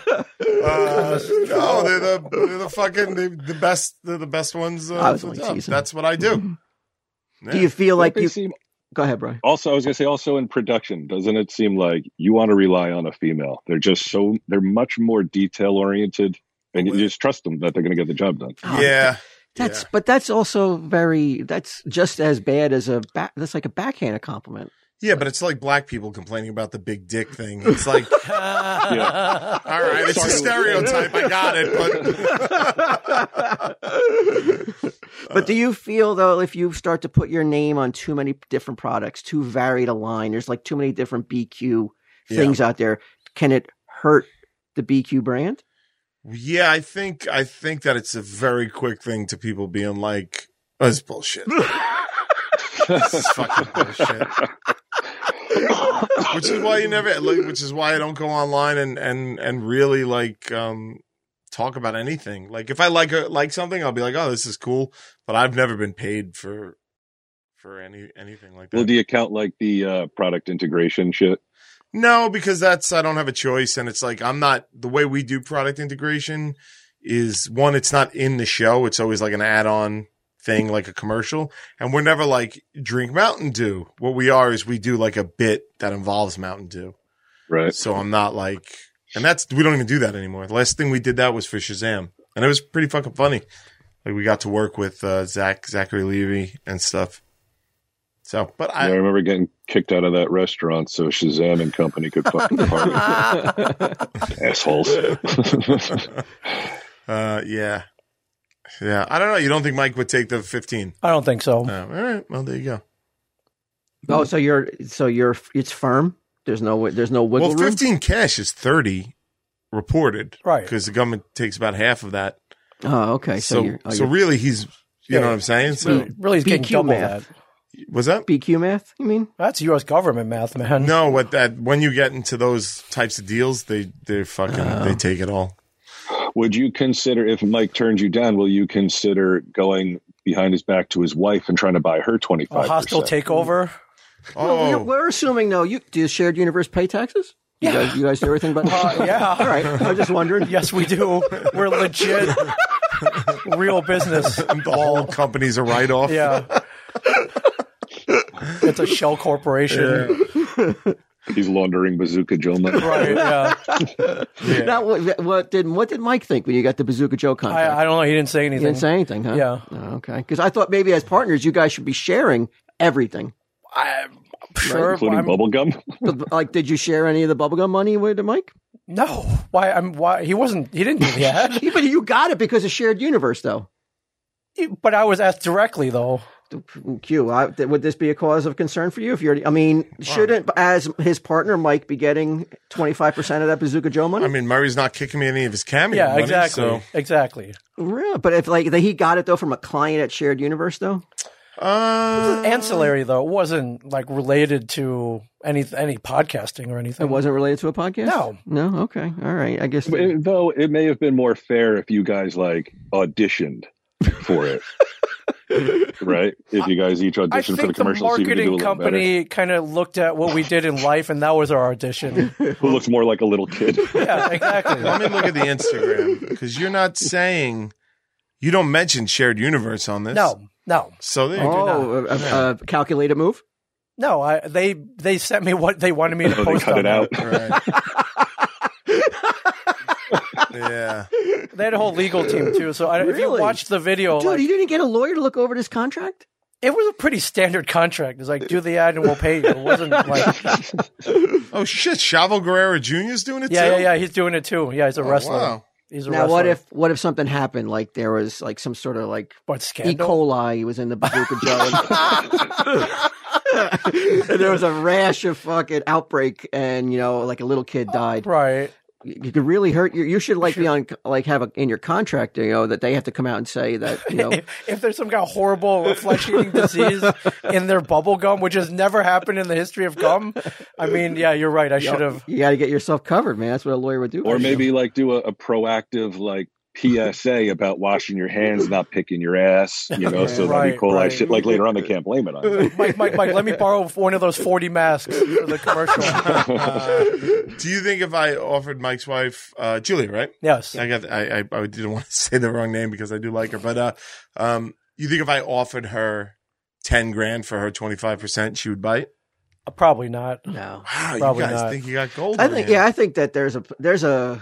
no, they're the they're the fucking they're the best they're the best ones. Uh, I was for the only job. teasing. Mm-hmm. That's what I do. Do you feel like They you? seem- Go ahead, Brian. also, I was gonna say, also in production, doesn't it seem like you want to rely on a female? They're just so they're much more detail oriented, Oh, and you just trust them that they're gonna get the job done. Oh, Yeah, That's yeah. but that's also very. That's just as bad as a. Back, that's like a backhanded compliment. yeah, but it's like black people complaining about the big dick thing. It's like, all right, it's a Sorry. stereotype. I got it, but But do you feel though if you start to put your name on too many different products, too varied a line, there's like too many different BQ Yeah. things out there, can it hurt the BQ brand? yeah, I think I think that it's a very quick thing to people being like, oh, "This is bullshit. This is fucking bullshit." which is why you never like, which is why I don't go online and and and really like um talk about anything. Like if I like a, like something, I'll be like, "Oh, this is cool," but I've never been paid for for any anything like that. Well, do you count like the uh, product integration shit? no, because that's I don't have a choice and it's like I'm not the way we do product integration is one it's not in the show, it's always like an add-on thing like a commercial and we're never like drink Mountain Dew. What we are is we do like a bit that involves Mountain Dew. Right. So I'm not like, and that's we don't even do that anymore. The last thing we did that was for Shazam, and it was pretty fucking funny. Like we got to work with uh, Zach Zachary Levy and stuff. So, but Yeah, I I remember getting kicked out of that restaurant so Shazam and company could fucking party. Assholes. uh, yeah, yeah, I don't know. You don't think Mike would take the 15? I don't think so. Um, all right, well there you go. Mm-hmm. Oh, so you're so you're it's firm. There's no there's no wiggle Well, room. 15 cash is 30 reported, Right. Because the government takes about half of that. Oh, okay. So, So, you're, oh, so you're really, he's you Yeah. know what I'm saying. So, Really, really is getting BQ double math. that. was that BQ math. You mean? That's U.S. government math, man. No, what that when you get into those types of deals, they they fucking they take it all. Would you consider if Mike turns you down, will you consider going behind his back to his wife and trying to buy her twenty A five hostile percent? takeover. Well, Oh, we're, we're assuming though. You do shared universe pay taxes? You guys, you guys do everything but Uh, yeah. All right. I was just wondering. Yes, we do. We're legit, real business. the whole company's a write off. Yeah. It's a shell corporation, He's laundering bazooka Joe money. right? Yeah, Now, what, what did what did Mike think when you got the Bazooka Joe contract? I, I don't know. He didn't say anything. You didn't say anything, huh? Yeah. Oh, okay. Because I thought maybe as partners, you guys should be sharing everything. I'm sure. Including I'm- bubblegum. But, like, did you share any of the bubblegum money with Mike? no, why? I'm why? He wasn't. He didn't do the ad. Yeah, but you got it because of shared universe, though. But I was asked directly, though. Q, I, th- would this be a cause of concern for you? If you're, I mean, shouldn't as his partner Mike be getting twenty five percent of that Bazooka Joe money? I mean Murray's not kicking me any of his cameo. Yeah, money, exactly, So, exactly. Really? But if like that he got it though from a client at shared universe, though. Um, uh, Ancillary though, it wasn't like related to any any podcasting or anything. It wasn't related to a podcast. No. no. Okay, all right. I guess. It- though it may have been more fair if you guys like auditioned for it right? If you guys each I audition for the think the commercial, see if you can do a marketing little better. company kind of looked at what we did in life, and that was our audition. Who looks more like a little kid? yeah, exactly. Let me look at the Instagram because you're not saying you don't mention shared universe on this. No, no, So there you oh, go. a, a, a calculated move. no. I, they they sent me what they wanted me to Oh, they post cut on it out. Right. yeah. that. They had a whole legal team too. So I, if you Really? watch the video, Dude, like, you didn't get a lawyer to look over this contract? it was a pretty standard contract. It's like do the ad and we'll pay you. It wasn't like yeah, Oh shit, Chavo Guerrero Jr. is doing it too. yeah, yeah. He's doing it too. Yeah, he's a Oh, wrestler. wow. He's a Now, wrestler. what if what if something happened? Like there was like some sort of like but E. scandal? coli was in the bazooka Joe, and, and there was a rash of fucking outbreak, and you know, like a little kid died. Right. You could really hurt. You, you should like be on like have a, in your contract, you know, that they have to come out and say that you know. If, if there's some kind of horrible flesh eating disease in their bubble gum, which has never happened in the history of gum, I mean, yeah, you're right. I should have. You got to get yourself covered, man. That's what a lawyer would do. or maybe like do a, a proactive like PSA about washing your hands, not picking your ass, you know, so that Right, E. coli right. shit. Like later on, they can't blame it on. You. Mike, Mike, Mike, let me borrow one of those 40 masks for the commercial. Uh, do you think if I offered Mike's wife, uh, Julie, right? Yes. uh, I got. I, I I didn't want to say the wrong name because I do like her, but uh, um, you think if I offered her ten grand for her twenty five percent, she would bite? Probably not. no. Wow, Probably you guys not. think you got gold? I in think here. yeah, I think that there's a there's a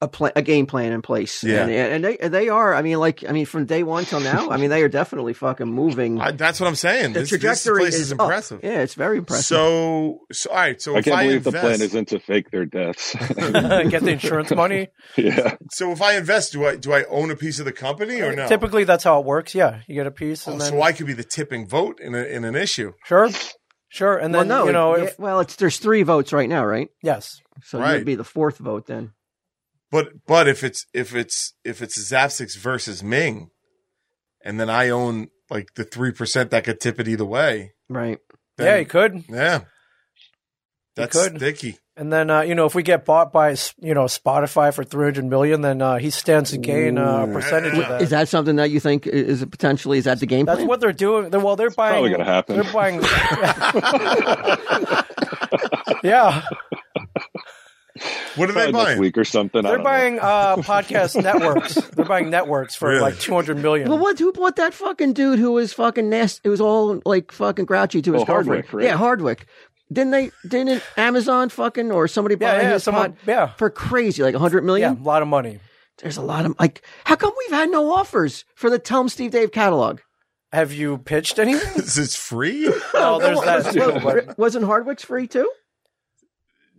a plan a game plan in place. Yeah. and, and they they are. I mean, like I mean, from day one till now, I mean, they are definitely fucking moving. I, that's what I'm saying. the This, this trajectory place is, is up. impressive. Yeah, it's very impressive. So, so all right. So I if can't I believe the plan invest- isn't to fake their deaths. Get the insurance money. yeah, So if I invest, do I do I own a piece of the company or no? Typically, that's how it works. Yeah. You get a piece Oh, and then. so I could be the tipping vote in, a, in an issue. Sure. Sure. And then, well, no, you know, it- if, yeah, well, it's there's three votes right now, right? yes. So Right. you'd be the fourth vote then. But but if it's if it's if it's Zapsix versus Ming, and then I own like the three percent that could tip it either way. Right. then- yeah, you could. yeah. That's could. sticky. And then, uh, you know, if we get bought by, you know, Spotify for 300 million, then uh, he stands to gain uh, a percentage of that. Is that something that you think is potentially is that the game That's plan? what they're doing. They're, well, they're buying. probably gonna happen. They're buying. yeah, What are they probably next buying? week or something. I they're don't know. buying uh, podcast networks. They're buying networks for Really? like two hundred million. well, what who bought that fucking dude who was fucking nasty? It was all like fucking grouchy to his Oh, girlfriend. Hardwick, right? Yeah, Hardwick. Didn't they? Didn't Amazon fucking or somebody buy Yeah, yeah, his someone- pod yeah. for crazy like hundred Yeah, million? a lot of money. There's a lot of like, how come we've had no offers for the Tell 'em Steve Dave catalog? Have you pitched anything? This is free? Oh, there's that. Too, but Well, wasn't Hardwick's free too?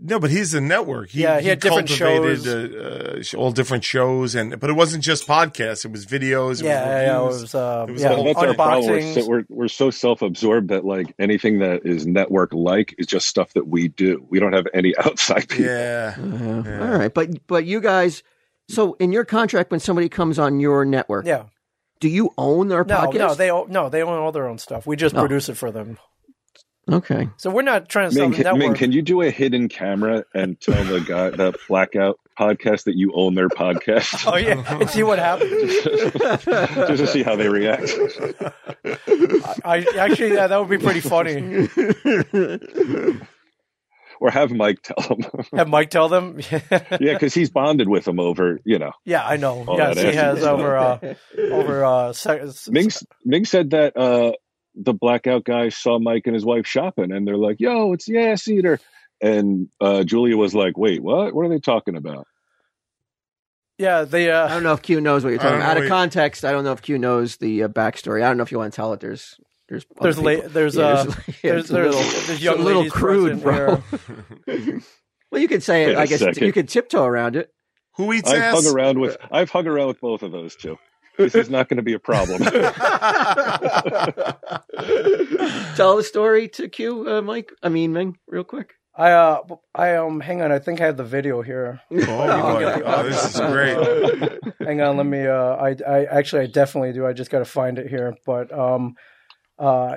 No, but he's a network. He, Yeah, he had different cultivated, shows. Uh, uh, sh- all different shows, and but it wasn't just podcasts. It was videos. It yeah, yeah, yeah, it was reviews. was. Uh, It was yeah, all- That's our problem. We're so, unboxings. we're, we're so self-absorbed that like anything that is network-like is just stuff that we do. We don't have any outside people. yeah. Yeah. All right, but but you guys, so in your contract, when somebody comes on your network, Yeah, do you own their no, podcast? no, they all- no, they own all their own stuff. We just No. produce it for them. okay. So we're not trying to sell Ming, the can, Ming, network. can you do a hidden camera and tell the guy that blackout podcast that you own their podcast Oh yeah, and see what happens. just to see how they react? I actually, yeah, that would be pretty funny. or have Mike tell them. Have Mike tell them. yeah, because he's bonded with them over, you know. Yeah, I know. All yes, that he action has is- over uh, over uh, se- s- Ming, Ming said that uh, the blackout guy saw Mike and his wife shopping, and they're like, yo, it's the ass eater. And uh, Julia was like, wait, what? What are they talking about? Yeah, the I uh, don't know if Q knows what you're I don't talking about. Out know of what- context, I don't know if Q knows the uh, backstory. I don't know if you want to tell it. There's there's other there's la- people. there's Yeah, uh, yeah, there's it's a there's, little- there's a young little ladies crude, present bro. here. well, you could say Wait it. a I guess second. you could tiptoe around it. Who eats I've ass? hung around with I've hung around with both of those two. This is not going to be a problem. Tell the story to Q, uh, Mike. I mean, Ming, real quick. I uh, I um, hang on. I think I have the video here. Oh, boy. oh, this is great. Hang on, let me. Uh, I I actually I definitely do. I just got to find it here. But um, uh,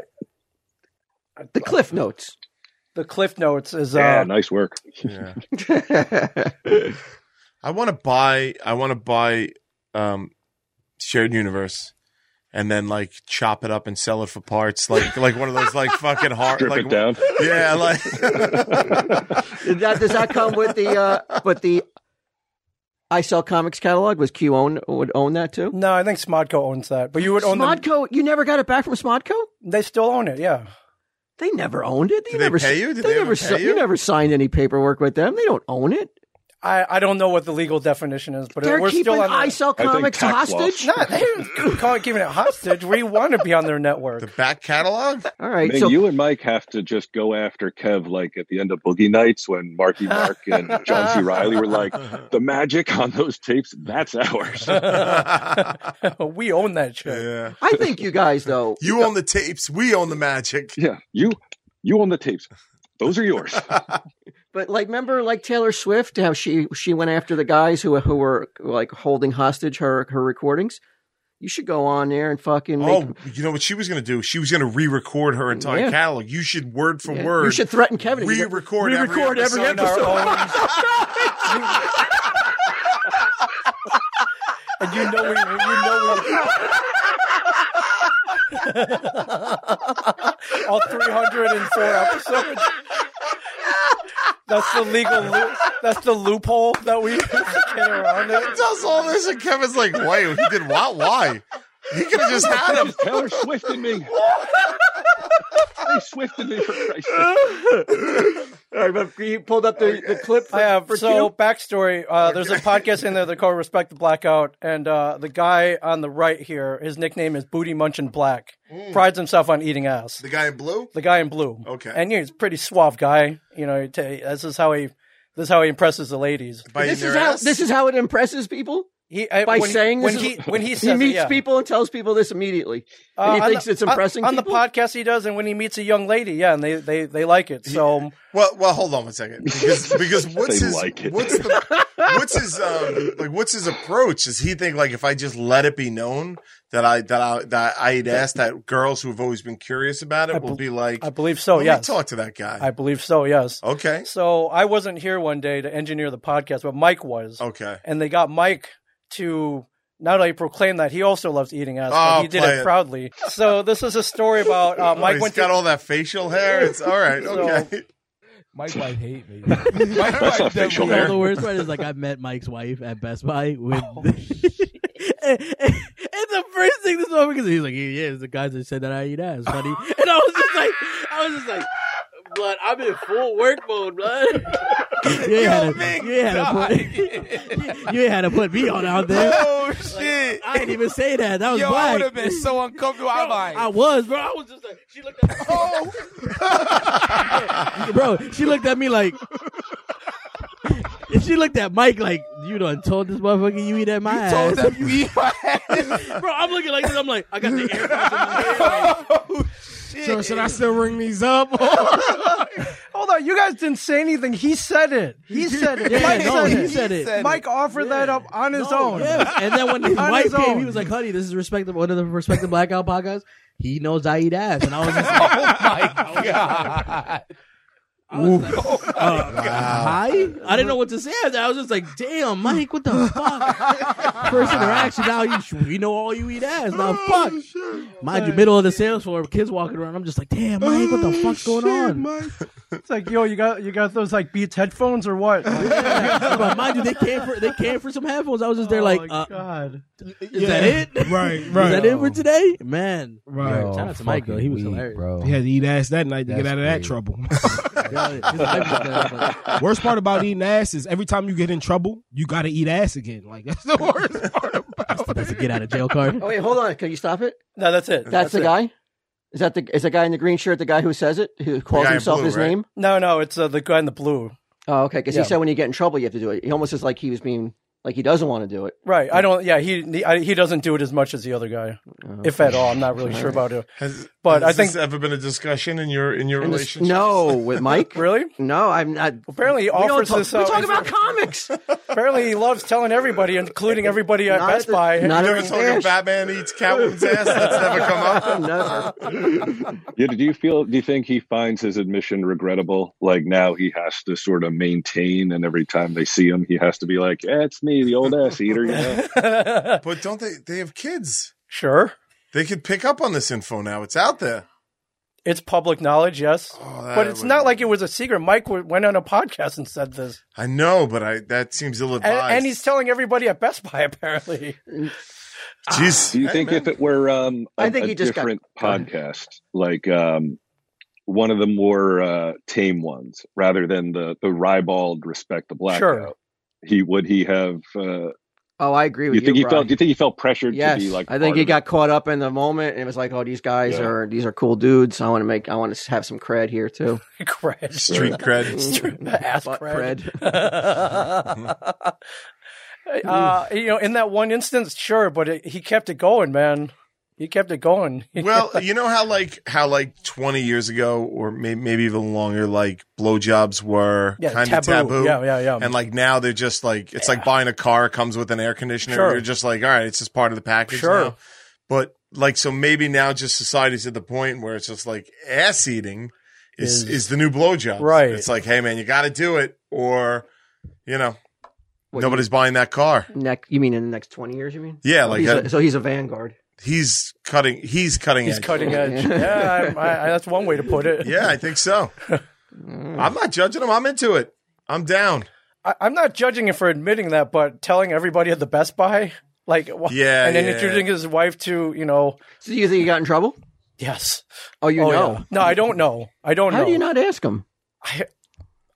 The Cliff Notes. the cliff notes is uh, yeah, nice work. Yeah. That's I want to buy. I want to buy um, shared universe, and then like chop it up and sell it for parts, like like one of those like fucking hard, Strip like it down. yeah, like Did that does that come with the uh but the I sell comics catalog was Q own would own that too? No, I think Smodco owns that, but you would own them. Smodco, you never got it back from Smodco? They still own it. Yeah. They never owned it. They Did they never pay you? Did they ever never pay si- you? never signed any paperwork with them. They don't own it. I, I don't know what the legal definition is, but They're we're keeping still on. I the- sell think comics tax law. hostage. No, they don't call it giving it hostage. We want to be on their network. the back catalog. All right, Man, so you and Mike have to just go after Kev like at the end of Boogie Nights when Marky Mark and John C. Riley were like, the magic on those tapes, that's ours. we own that shit. yeah, I think you guys though you own the tapes. We own the magic. yeah, you you own the tapes. Those are yours. But like, remember, like Taylor Swift, how she she went after the guys who who were like holding hostage her her recordings. You should go on there and fucking make, Oh, you know what she was going to do? She was going to re-record her entire Yeah. catalog. You should word for yeah, word. You should threaten Kevin. You go, re-record, re-record every Own our own- and you know we, you know we. All 304 episodes. That's the legal. Lo- that's the loophole that we get around it. He does all this, and Kevin's like, "Wait, he did what? Why? He could have just had him." Taylor swifted me. They swifted me for Christ's sake. All right, but he pulled up the, Oh, the clip. For, I have for so Q. backstory. Uh, there's a podcast in there they call Respect the Blackout, and uh, the guy on the right here, his nickname is Booty Munchin Black. Prides himself on eating ass. Mm. The guy in blue. The guy in blue. Okay. and he's a pretty suave guy. You know, he ta- this is how he this is how he impresses the ladies. Biting This their is how ass? this is how it impresses people He I, by when he- saying when this. he is- when he he says it, meets yeah. people and tells people this immediately, Uh, and on he thinks the- it's impressing. on, on people? the podcast he does, and when he meets a young lady, yeah, and they they, they like it. So Well, well, hold on one second, because because what's They his like it. what's the what's his um like what's his approach? Does he think like if I just let it be known that I that I that I had asked that girls who've always been curious about it will be like, I believe so. "Let me Oh, yes, talk to that guy." I believe so. Yes. okay, So I wasn't here one day to engineer the podcast, but Mike was. okay. And they got Mike to not only proclaim that he also loves eating ass, Oh, but he did play it, it. proudly. So this is a story about uh, Mike Mike has went got to. all that facial hair. It's all right. So- Okay. Mike might hate me. Mike might not facial you know, hair. the worst part is like I met Mike's wife at Best Buy with. Oh, and, and the first thing this woman because he's like, yeah, it's the guys that said that I eat ass, buddy. And I was just like, I was just like, blood, I'm in full work mode, blood. you ain't had to, you ain't had to put, you ain't had to put me on out there. Oh shit! I didn't even say that. That was Yo, I black. would have been so uncomfortable. Bro, I'm like, I was, bro. I was just like, she looked at me. bro, she looked at me like. And she looked at Mike like, you done told this motherfucker you eat at my you ass. told them you eat my ass. Bro, I'm looking like this. I'm like, I got the air. force in my head. oh shit! So should I still ring these up? Hold on, you guys didn't say anything. He said it. He said it. Yeah, Mike no, said he it. said it. said Mike offered that up on his No, own. yes. Oh, And then when his On wife his came, own. he was like, honey, this is respectable. One of the respectable blackout podcasts. He knows I eat ass. And I was just like, Oh my god! I was like, Oh uh, hi? I didn't know what to say. after that. I was just like, damn, Mike, what the fuck? First interaction, now you, we know all you eat ass. Now, Oh, fuck. Mind you, middle of the sales floor, kids walking around. I'm just like, damn, Mike, what the Oh, fuck's going on? It's like, yo, you got you got those like Beats headphones or what? Like, Yeah. but mind you, they came for they came for some headphones. I was just there, like, oh, uh, God. is that it? Is right, right, that it for today? Man, right. Shout out to Mike, though. He was hilarious. bro. He had to eat ass that night to get That's out of that great. trouble. God, his wife was there, but- worst part about eating ass is every time you get in trouble, you got to eat ass again. Like that's the worst part about that's a it. get out of jail card. Oh wait, hold on. Can you stop it? No, that's it. That's, the it. guy. Is that the is the guy in the green shirt the guy who says it who calls guy in himself blue, his right? name? No, no, it's uh, the guy in the blue. Oh, okay. Because Yeah. he said when you get in trouble, you have to do it. He almost is like he was being like he doesn't want to do it. Right. I don't. Yeah, he he, I, he doesn't do it as much as the other guy, Oh. if at all. I'm not really sure about it. Has, But has I think- this ever been a discussion in your in your And this- relationship? no, with Mike. Really? No, I'm not. Apparently, he we don't offers talk, this. We uh, talk is- about comics. apparently, he loves telling everybody, including everybody at Not Best at the- Buy. not You at ever the talk about Batman eats Catwoman's ass? That's never come up. Never. Yeah, do you feel do you think he finds his admission regrettable? Like now he has to sort of maintain and every time they see him he has to be like, Yeah, it's me, the old ass eater, you know. But don't they? They have kids. sure. They could pick up on this info now. It's out there. It's public knowledge, yes, Oh, that but it's would- not like it was a secret. Mike w- went on a podcast and said this, I know, but I that seems ill and, advised. and he's telling everybody at Best Buy apparently. Jeez. Do you think if it were um, a, I think a he just got- different go ahead. podcast, like um, one of the more uh, tame ones, rather than the the ribald respect the blackout, Sure. he would he have? Uh, Oh, I agree you, with you. think he Brian. felt? Do you think he felt pressured Yes, to be like? I think part he of it? got caught up in the moment, and it was like, "Oh, these guys Yeah. are these are cool dudes. I want to make, I want to have some cred here too." Cred. Street cred. Street- ass Mm-hmm. Butt cred. Mm-hmm. uh, you know, in that one instance, sure, but it, he kept it going, man. He kept it going. well, you know how like how like twenty years ago, or may- maybe even longer, like blowjobs were yeah, kind of taboo. Yeah, yeah, yeah. And like now they're just like it's like buying a car comes with an air conditioner. Sure. You're just like, all right, it's just part of the package Sure. now. But like so maybe now just society's at the point where it's just like ass eating is Is- is, the new blowjob. Right. It's like, hey man, you gotta do it or you know, What, nobody's buying that car. you- neck. You mean in the next twenty years? You mean? Oh, Yeah, like he's that- a, so he's a vanguard. he's cutting he's cutting He's edge. cutting edge. Yeah, I, I, that's one way to put it. Yeah, I think so. Mm. I'm not judging him. I'm into it. I'm down. I, I'm not judging him for admitting that, but telling everybody at the Best Buy, like, wha- Yeah, and then yeah. introducing his wife to, you know, So you think he got in trouble? yes, Oh, you Oh, know. yeah. no, I don't know, I don't How know, do you not ask him?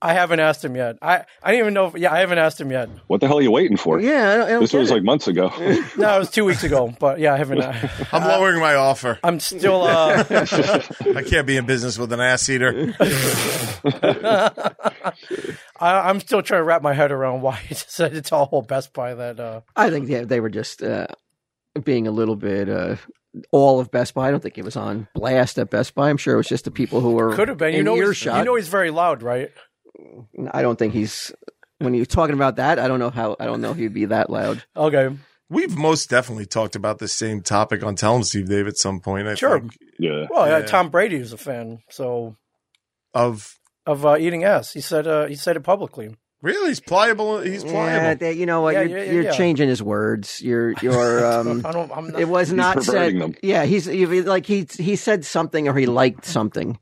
I haven't asked him yet. I, I didn't even know. If, yeah, I haven't asked him yet. What the hell are you waiting for? Yeah, I don't, I don't this get was it. like months ago. No, it was two weeks ago, but yeah, I haven't. Uh, I'm lowering my offer. I'm still. Uh, I can't be in business with an ass eater. I, I'm still trying to wrap my head around why he decided to tell whole Best Buy that. Uh, I think they, they were just uh, being a little bit uh, all of Best Buy. I don't think it was on blast at Best Buy. I'm sure it was just the people who were could have been. You in know, he's, earshot. you know, he's very loud, right? I don't think he's when you're talking about that. I don't know how. I don't know if he'd be that loud. Okay, We've most definitely talked about this same topic on Tell 'em Steve Dave at some point. I Sure. think, yeah. Well, yeah. Yeah. Tom Brady is a fan, so of of uh, eating ass. He said uh, he said it publicly. really, he's pliable. He's Yeah, pliable. they- you know what? Yeah, you're yeah, yeah, you're yeah. changing his words. You're you're. Um, I don't. I'm not. it was not said. perverting them. Yeah, he's he- like he he said something or he liked something.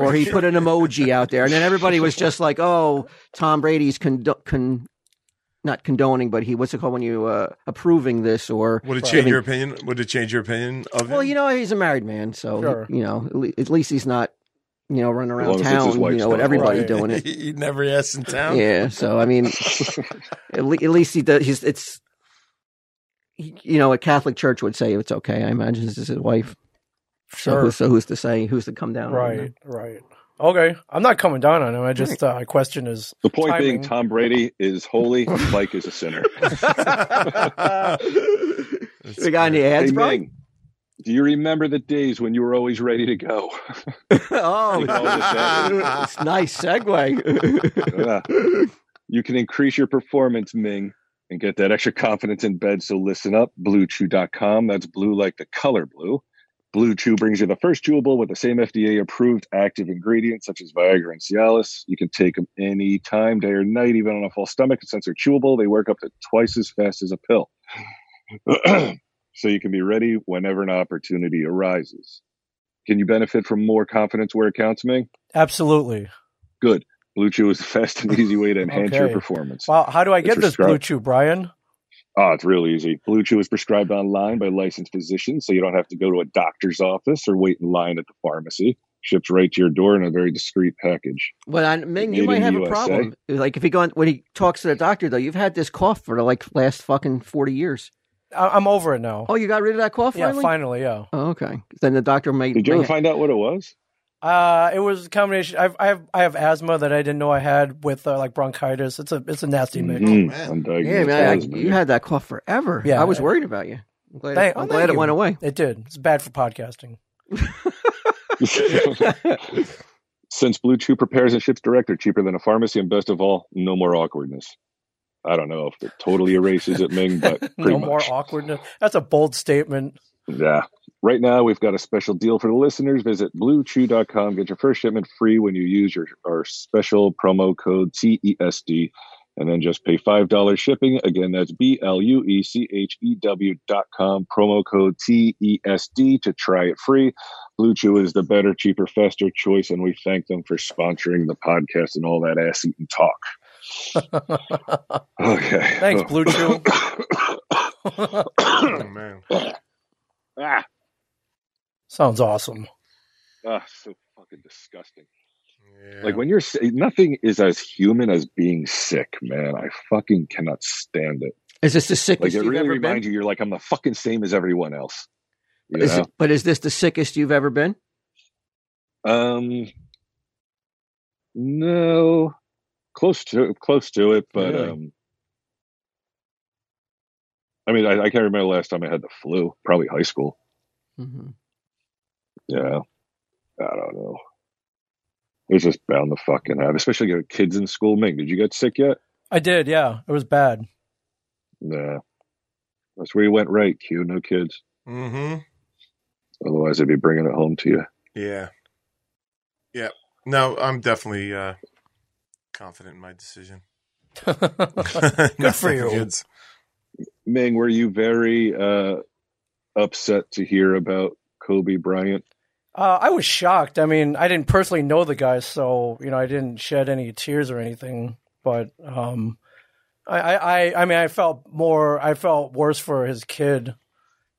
or he put an emoji out there, and then everybody was just like, "Oh, Tom Brady's condo- con, not condoning, but he what's it called when you uh, approving this or Would it change giving- your opinion? Would it change your opinion of him? Well, you know, he's a married man, so Sure. you know, at le- at least he's not, you know, running around long as it's his town, you wife's know, with stuff. everybody Right. doing it. he never asked in town. Yeah. So I mean, at, le- at least he does. He's it's. he- You know, a Catholic church would say it's okay. I imagine this is his wife. So, sure. who's, so who's to say? Who's to come down? on Right. him? Right. Okay. I'm not coming down on him. I just uh, I question his. The point Timing. being, Tom Brady is holy. Mike is a sinner. We got any Hey, ads, bro? Ming, do you remember the days when you were always ready to go? oh, it's nice segue. Yeah. you can increase your performance, Ming, and get that extra confidence in bed. So listen up, bluechew.com. That's blue like the color blue. Blue Chew brings you the first chewable with the same FDA approved active ingredients such as Viagra and Cialis. You can take them any time, day or night, even on a full stomach. And since they're chewable, they work up to twice as fast as a pill. so you can be ready whenever an opportunity arises. Can you benefit from more confidence where it counts, Ming? Absolutely. Good. Blue Chew is the fast and easy way to enhance your Okay. performance. Wow. How do I It's get this blue prescribed. chew, Brian? Oh, it's real easy. Blue Chew is prescribed online by licensed physicians, so you don't have to go to a doctor's office or wait in line at the pharmacy. Shipped right to your door in a very discreet package. Well, I, Ming, you Made might in have a USA. problem. Like if he go on, when he talks to the doctor, though, you've had this cough for the, like last fucking forty years. I, I'm over it now. Oh, you got rid of that cough yeah. finally. Finally. Yeah. Oh, okay. Then the doctor may. Did you may ever ha- find out what it was? Uh, it was a combination. I've, I have I have asthma that I didn't know I had with uh, like bronchitis. It's a it's a nasty mix. Mm, man. undiagnosed yeah, man, I, asthma. you had that cough forever. Yeah. I was worried about you. I'm glad, Thank- I'm oh, glad thank it you. went away. It did. It's bad for podcasting. Since Blue Chew prepares and ships direct, they're cheaper than a pharmacy, and best of all, no more awkwardness. I don't know if it totally erases it, Ming, but pretty no much. more awkwardness. That's a bold statement. Yeah. Right now, we've got a special deal for the listeners. Visit bluechew.com. Get your first shipment free when you use your our special promo code TESD. E and then just pay $5 shipping. Again, that's B L U E C H E W dot com, promo code T E S D to try it free. Blue Chew is the better, cheaper, faster choice, and we thank them for sponsoring the podcast and all that ass eating talk. okay. Thanks, Blue Chew. Oh man. ah, Sounds awesome. ah, so fucking disgusting. Yeah. Like when you're si- nothing is as human as being sick, man. I fucking cannot stand it. Is this the Like sickest it you've really ever been? reminds you, you're like I'm the fucking same as everyone else. You Is know? it- but is this the sickest you've ever been? Um, no, close to close to it, but Really? um, I mean, I, I can't remember the last time I had the flu. Probably high school. Mhm. Yeah, I don't know. It's just bound to fucking happen, especially you know, kids in school. Ming, did you get sick yet? I did, yeah. It was bad. Nah, that's where you went right, Q. No kids. Mm-hmm. Otherwise, they'd be bringing it home to you. Yeah. Yeah. No, I'm definitely uh confident in my decision. Good for you. Kids. Ming, were you very uh, upset to hear about Kobe Bryant? Uh, I was shocked. I mean, I didn't personally know the guy, so you know, I didn't shed any tears or anything. But um, I, I, I- I mean, I felt more. I felt worse for his kid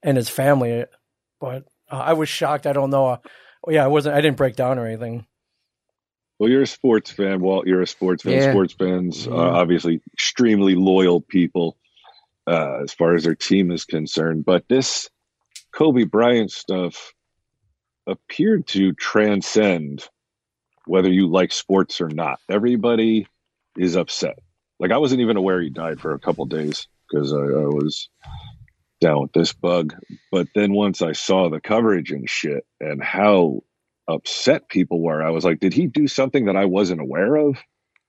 and his family. But uh, I was shocked. I don't know. Uh, yeah, I wasn't. I didn't break down or anything. Well, you're a sports fan, Walt. You're a sports fan. Yeah. Sports fans Yeah. are obviously extremely loyal people uh, as far as their team is concerned. But this Kobe Bryant stuff appeared to transcend whether you like sports or not. Everybody is upset. Like I wasn't even aware he died for a couple days because I, I was down with this bug. But then once I saw the coverage and shit and how upset people were. I was like, did he do something that I wasn't aware of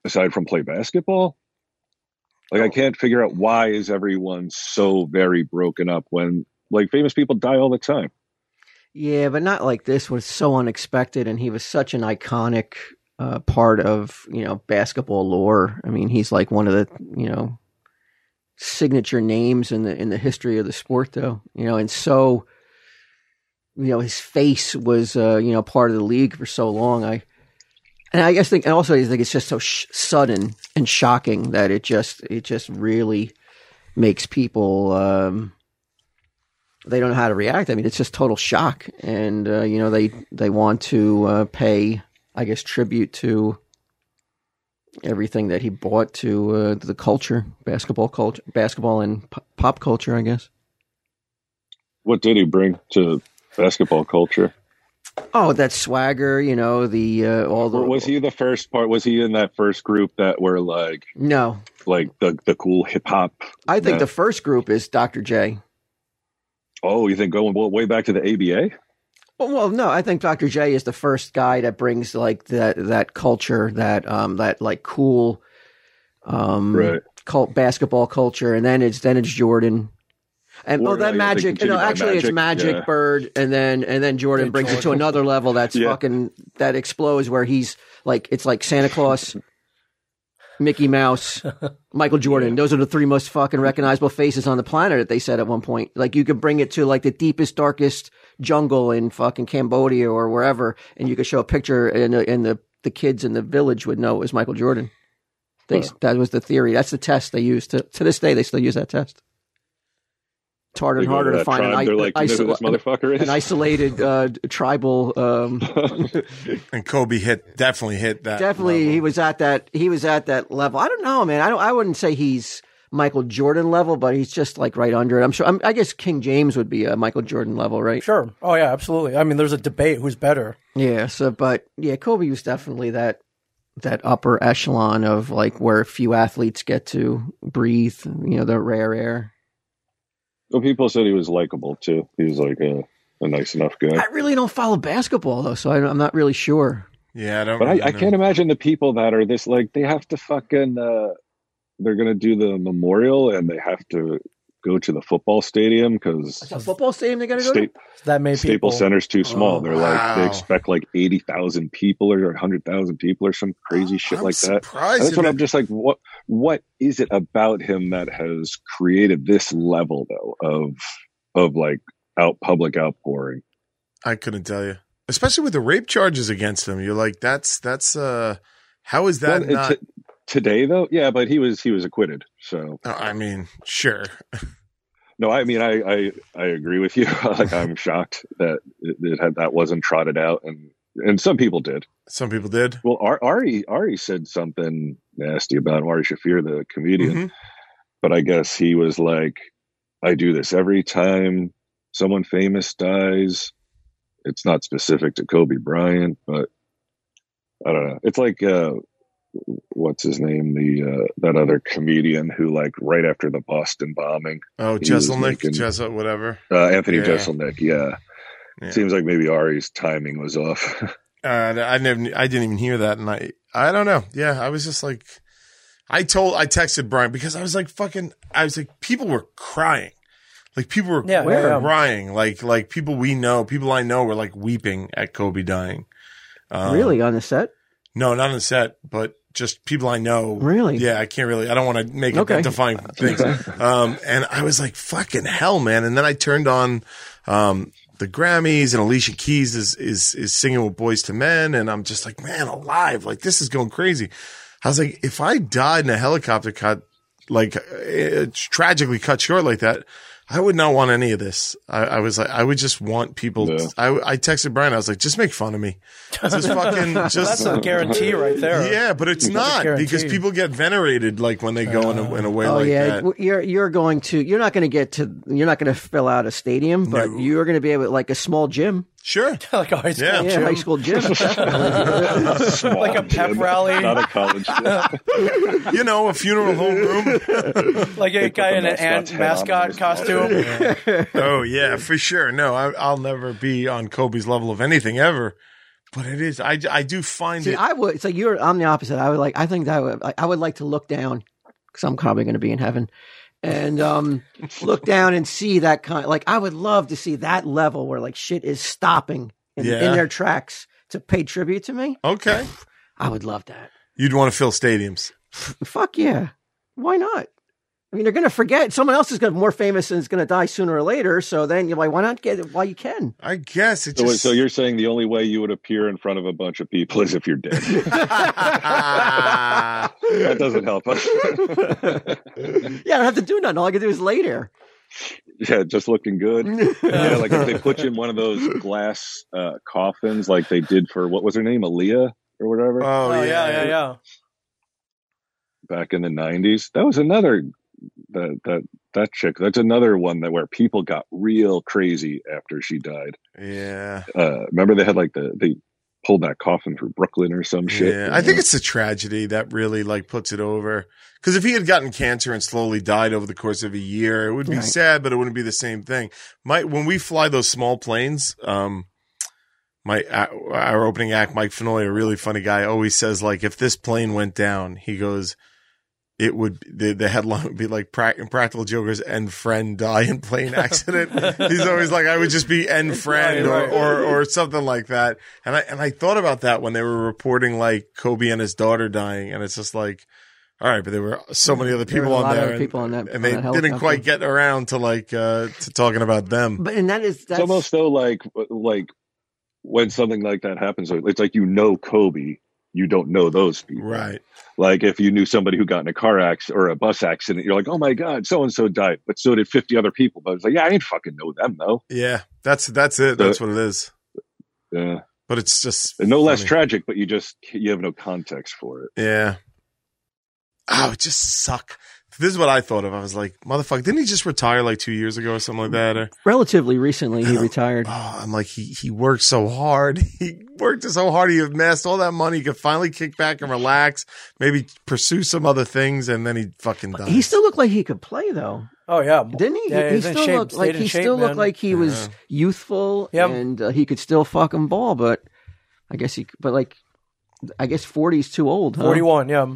aside from play basketball? Oh. Like I can't figure out why is everyone so very broken up when like famous people die all the time. Yeah, but not like this was so unexpected, and he was such an iconic uh, part of you know basketball lore. I mean, he's like one of the you know signature names in the in the history of the sport, though. You know, and so you know his face was uh, you know part of the league for so long. I and I guess think and also I think it's just so sh- sudden and shocking that it just it just really makes people. Um, they don't know how to react. I mean, it's just total shock, and uh, you know they they want to uh, pay, I guess, tribute to everything that he brought to uh, the culture, basketball culture, basketball and p- pop culture, I guess. What did he bring to basketball culture? Oh, that swagger, you know, the uh, all the Or was he the first part? Was he in that first group that were like no. like the the cool hip hop? I think No. the first group is Dr. J. Oh, you think going way back to the ABA? Mm-hmm. Well, well, no, I think Dr. J is the first guy that brings like that that culture, that um, that like cool, um, Right. cult basketball culture, and then it's then it's Jordan. And Or, oh, then uh, yeah, they magic. continue No, by actually, it's Magic, Magic yeah. Bird, and then and then Jordan brings it to another level that's Yeah. fucking that explodes where he's like it's like Santa Claus, Mickey Mouse, Michael Jordan. Those are the three most fucking recognizable faces on the planet that they said at one point. Like you could bring it to like the deepest, darkest jungle in fucking Cambodia or wherever, and you could show a picture, and the, and the the kids in the village would know it was Michael Jordan. They, That was the theory. That's the test they used. To, to this day, they still use that test. It's harder They and go harder to, that find an, tribe, i- they're like, you know who iso- this motherfucker an is? isolated uh, d- tribal. Um, And Kobe hit definitely hit that. definitely, level. he was at that. He was at that level. I don't know, man. I don't. I wouldn't say he's Michael Jordan level, but he's just like right under it. I'm sure. I'm, I guess King James would be a Michael Jordan level, right? Sure. Oh yeah, absolutely. I mean, there's a debate who's better. Yeah. So, but yeah, Kobe was definitely that that upper echelon of like where few athletes get to breathe. You know, the rare air. Well, people said he was likable too. He was like a, a nice enough guy. I really don't follow basketball though, so I, I'm not really sure. Yeah, I don't But really I, I know. can't imagine the people that are this like they have to fucking uh, they're gonna do the memorial and they have to go to the football stadium because It's a football stadium they got to go state, to? That made people. Staples Center's too small. They're like Oh, wow. they expect like eighty thousand people or hundred thousand people or some crazy shit I'm like that. surprised And that's that- what I'm just like. What what is it about him that has created this level though of of like out public outpouring? I couldn't tell you, especially with the rape charges against him. You're like, that's that's uh, how is that Well, not? t- today though, yeah, but he was he was acquitted. So Oh, I mean, sure. no, I mean I I, I agree with you. like I'm shocked that it, it had, that wasn't trotted out and and some people did. Some people did. Well, Ar- Ari Ari said something nasty about him, Ari Shafir, the comedian. Mhm. but I guess he was like, I do this every time someone famous dies. It's not specific to Kobe Bryant, but I don't know. It's like, uh, what's his name? The uh, that other comedian who, like, right after the Boston bombing, Oh, He was Jeselnik, making- Jesel, whatever. uh, Anthony Yeah. Jeselnik. Yeah. Yeah. seems like maybe Ari's timing was off. Uh, I never, I didn't even hear that, and I, I don't know. Yeah, I was just like, I told, I texted Brian because I was like, fucking, I was like, people were crying, like people were, Yeah, were yeah. crying, like like people we know, people I know were like weeping at Kobe dying. Um, really on the set? No, not on the set, but just people I know. Really? Yeah, I can't really. I don't want to make it Okay. Uh, defining things. Um, and I was like, fucking hell, man. And then I turned on um, the Grammys, and Alicia Keys is is is singing with Boys to Men, and I'm just like, man, alive! Like this is going crazy. I was like, if I died in a helicopter cut, like uh, tragically cut short like that, I would not want any of this. I, I was like, I would just want people. Yeah. I, I texted Brian. I was like, just make fun of me. Just fucking, just That's a guarantee right there. yeah, but it's not guaranteed. because people get venerated like when they go in, a, in a way Oh like yeah, that. W- you're you're going to you're not going to get to you're not going to fill out a stadium, but No. you're going to be able like a small gym, Sure. like a high school. Yeah. yeah, high school gym. Like a pep rally. not a college. gym. You know, a funeral home room. Like a guy the in mascot's an ant head on mascot his costume. oh yeah, for sure. No, I, I'll never be on Kobe's level of anything ever. But it is. I, I do find See, it. I would. It's like you're. I'm the opposite. I would like. I think that I would, I- I would like to look down because I'm probably going to be in heaven, and um, look down and see that kind. Like I would love to see that level where like shit is stopping in, Yeah. in their tracks to pay tribute to me. okay. I would love that. You'd want to fill stadiums. Fuck yeah. Why not? I mean, they're going to forget. Someone else is going to more famous and is going to die sooner or later. So then you're like, why not get it while you can? I guess it So, just. so you're saying the only way you would appear in front of a bunch of people is if you're dead. Oh, that doesn't help us. Yeah, I don't have to do nothing. All I can do is lay there. yeah, just looking good. Yeah, like if they put you in one of those glass uh, coffins, like they did for what was her name, Aaliyah or whatever, oh, Oh, yeah, yeah, yeah, yeah. back in the '90s. That was another that that that chick. That's another one that where people got real crazy after she died. yeah, Uh, remember they had like the they pulled that coffin for Brooklyn or some shit. yeah. you I think know? it's the tragedy that really like puts it over. Because if he had gotten cancer and slowly died over the course of a year, it would be Right. sad, but it wouldn't be the same thing. My when we fly those small planes, um, my our opening act, Mike Fenoy, a really funny guy, always says like, if this plane went down, he goes, it would the, the headline would be like "Prac- practical jokers and friend die in plane accident. He's always like, I would just be end friend Right, right. or, or or something like that. And I and I thought about that when they were reporting like Kobe and his daughter dying, and it's just like, all right, but there were so many other There were people a on lot of there, other and, people on that- and on they that didn't quite helicopter. get around to like uh to talking about them. But, and that is, that's it's almost though like like when something like that happens, it's like you know Kobe, you don't know those people, Right. Like if you knew somebody who got in a car accident or a bus accident, you're like, oh my god, so and so died, but so did 50 other people. But it's like, yeah, I ain't fucking know them though. Yeah. That's that's it. That's what it is. Yeah, But it's just and Uh, no less funny. tragic, but you just you have no context for it. Yeah. Oh, it just suck. This is what I thought of. I was like, motherfucker, didn't he just retire like two years ago or something like that? Or, relatively recently he retired. oh, I'm like, he, he worked so hard. He worked so hard. He amassed all that money. He could finally kick back and relax, maybe pursue some other things. And then he fucking died. He still looked like he could play though, Oh, yeah. didn't he? Yeah, he he's in still shape. looked Stayed like in he shape, still man. looked like he was youthful Yep. and uh, he could still fuck him ball. But I guess he, but like, I guess forty's too old. Huh? 41, yeah.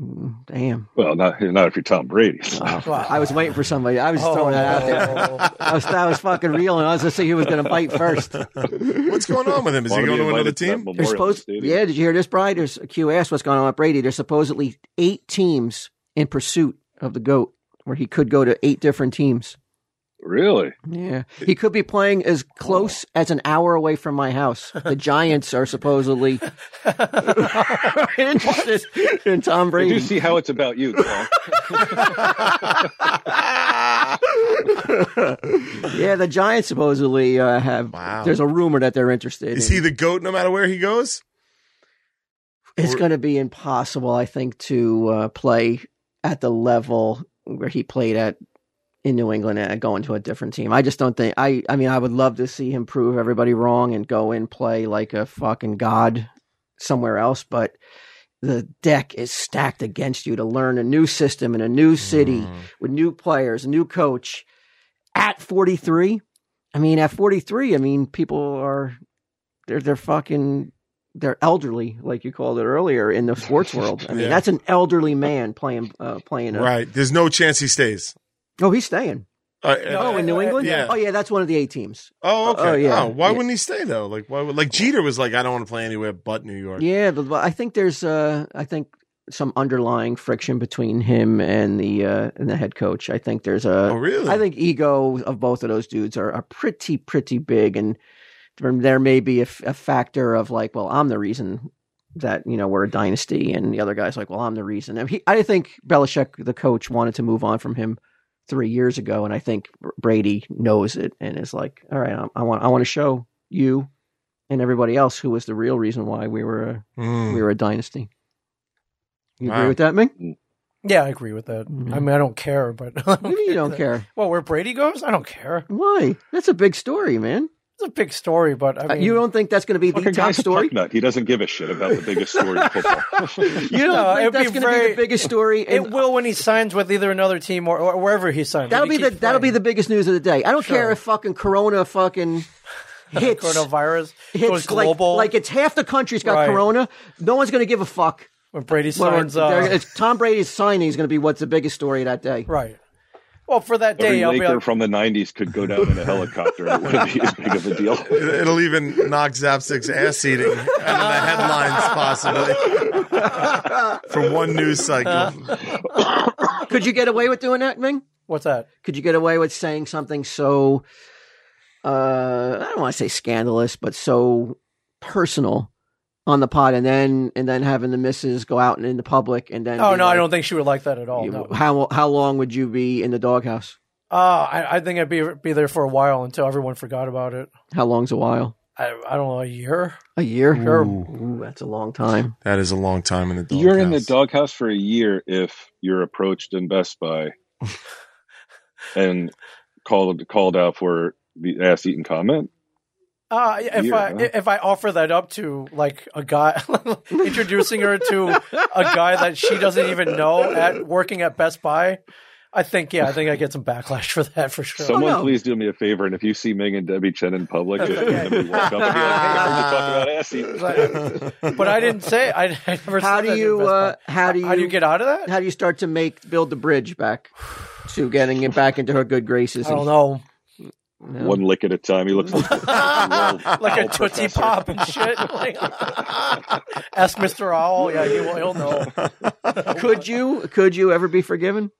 Mm, Damn. Well, not not if you're Tom Brady. Oh, I was waiting for somebody. I was just throwing that out Oh. there. I was, I was fucking reeling. I was just thinking he was going to bite first. What's going on with him? Is he Wanna be going to another invited that team? They're Memorial supposed, Stadium? yeah. Did you hear this, Brian? There's Q asked what's going on with Brady. There's supposedly eight teams in pursuit of the goat, where he could go to eight different teams. Really? Yeah, he could be playing as close as an hour away from my house. The Giants are supposedly interested in Tom I do Brady. see how it's about you. Paul. Yeah, the Giants supposedly uh, have. Wow. There's a rumor that they're interested. Is in- he the goat no matter where he goes? It's going to be impossible, I think, to uh, play at the level where he played at in New England and going to a different team. I just don't think. I I mean, I would love to see him prove everybody wrong and go and play like a fucking god somewhere else, but the deck is stacked against you to learn a new system in a new city Mm. with new players, a new coach at 43. I mean, at 43, I mean, people are they're they're fucking they're elderly, like you called it earlier in the sports world. I mean, Yeah. that's an elderly man playing uh, playing. A, Right. There's no chance he stays. Oh, he's staying. Uh, No, Oh, in New Uh, England. yeah. Oh, yeah, that's one of the eight teams. oh, okay. oh, Oh, yeah. why Yeah. wouldn't he stay though? Like, why would like Jeter was like, I don't want to play anywhere but New York. Yeah, the, I think there's uh, I think some underlying friction between him and the uh, and the head coach. I think there's a Oh, really? I think ego of both of those dudes are, are pretty pretty big, and there- there may be a, f- a factor of like, well, I'm the reason that you know we're a dynasty, and the other guy's like, well, I'm the reason. And he, I think Belichick, the coach, wanted to move on from him three years ago, and I think Br- Brady knows it and is like, all right, I, I want I want to show you and everybody else who was the real reason why we were a, Mm. we were a dynasty. You Wow. agree with that, Ming? Yeah, I agree with that. I mean, I don't care, but What do Mm-hmm. you mean you don't care? Well, where Brady goes, I don't care. Why? That's a big story, man. It's a big story, but I Uh, mean, you don't think that's going to be the Fucking top guy's a story? pucknut. He doesn't give a shit about the biggest story in football. You don't think No, that's going it'd be to be very- the biggest story? It in- will when he signs with either another team or, or wherever he signs. that'll If he be the keeps that'll be playing. the biggest news of the day. I don't care if fucking Corona fucking hits coronavirus goes hits like, global. like it's half the country's got Right. Corona. No one's going to give a fuck. when Brady Well, signs, there- uh, it's- Tom Brady's signing is going to be what's the biggest story that day. right? Well, for that Every day, I'll be Laker like, from the '90s could go down in a helicopter. It wouldn't be as big of a deal. It- It'll even knock Zapstick's ass eating out of the headlines, possibly for one news cycle. Could you get away with doing that, Ming? "What's that?" Could you get away with saying something so uh I don't want to say scandalous, but so personal on the pod and then and then having the missus go out and in the public and then Oh be no, I like, don't think she would like that at all. you- No, how how long would you be in the doghouse? uh, I, I think I'd be be there for a while until everyone forgot about it. How long's a while? I, I don't know, a year. A year? Sure. Ooh, that's a long time. That is a long time in the dog. You're in the doghouse for a year if you're approached in Best Buy and called called out for the ass eating comment. Uh, if Year, I huh? if I offer that up to like a guy, introducing her to a guy that she doesn't even know at working at Best Buy, I think yeah, I think I get some backlash for that for sure. Someone Oh, no. please do me a favor, and if you see Ming and Debbie Chen in public, just have them walk up and be like, "Hey, I heard you talking about ass eating." but I didn't say I, I never. How said do that in you Best uh Buy. how do you how do you get out of that? how do you start to make build the bridge back to getting it back into her good graces? I and- don't know, Yeah. One lick at a time. He looks like, like a tootsie pop and shit. Like, ask Mister Owl. Yeah, he will, he'll know. Could you could you ever be forgiven?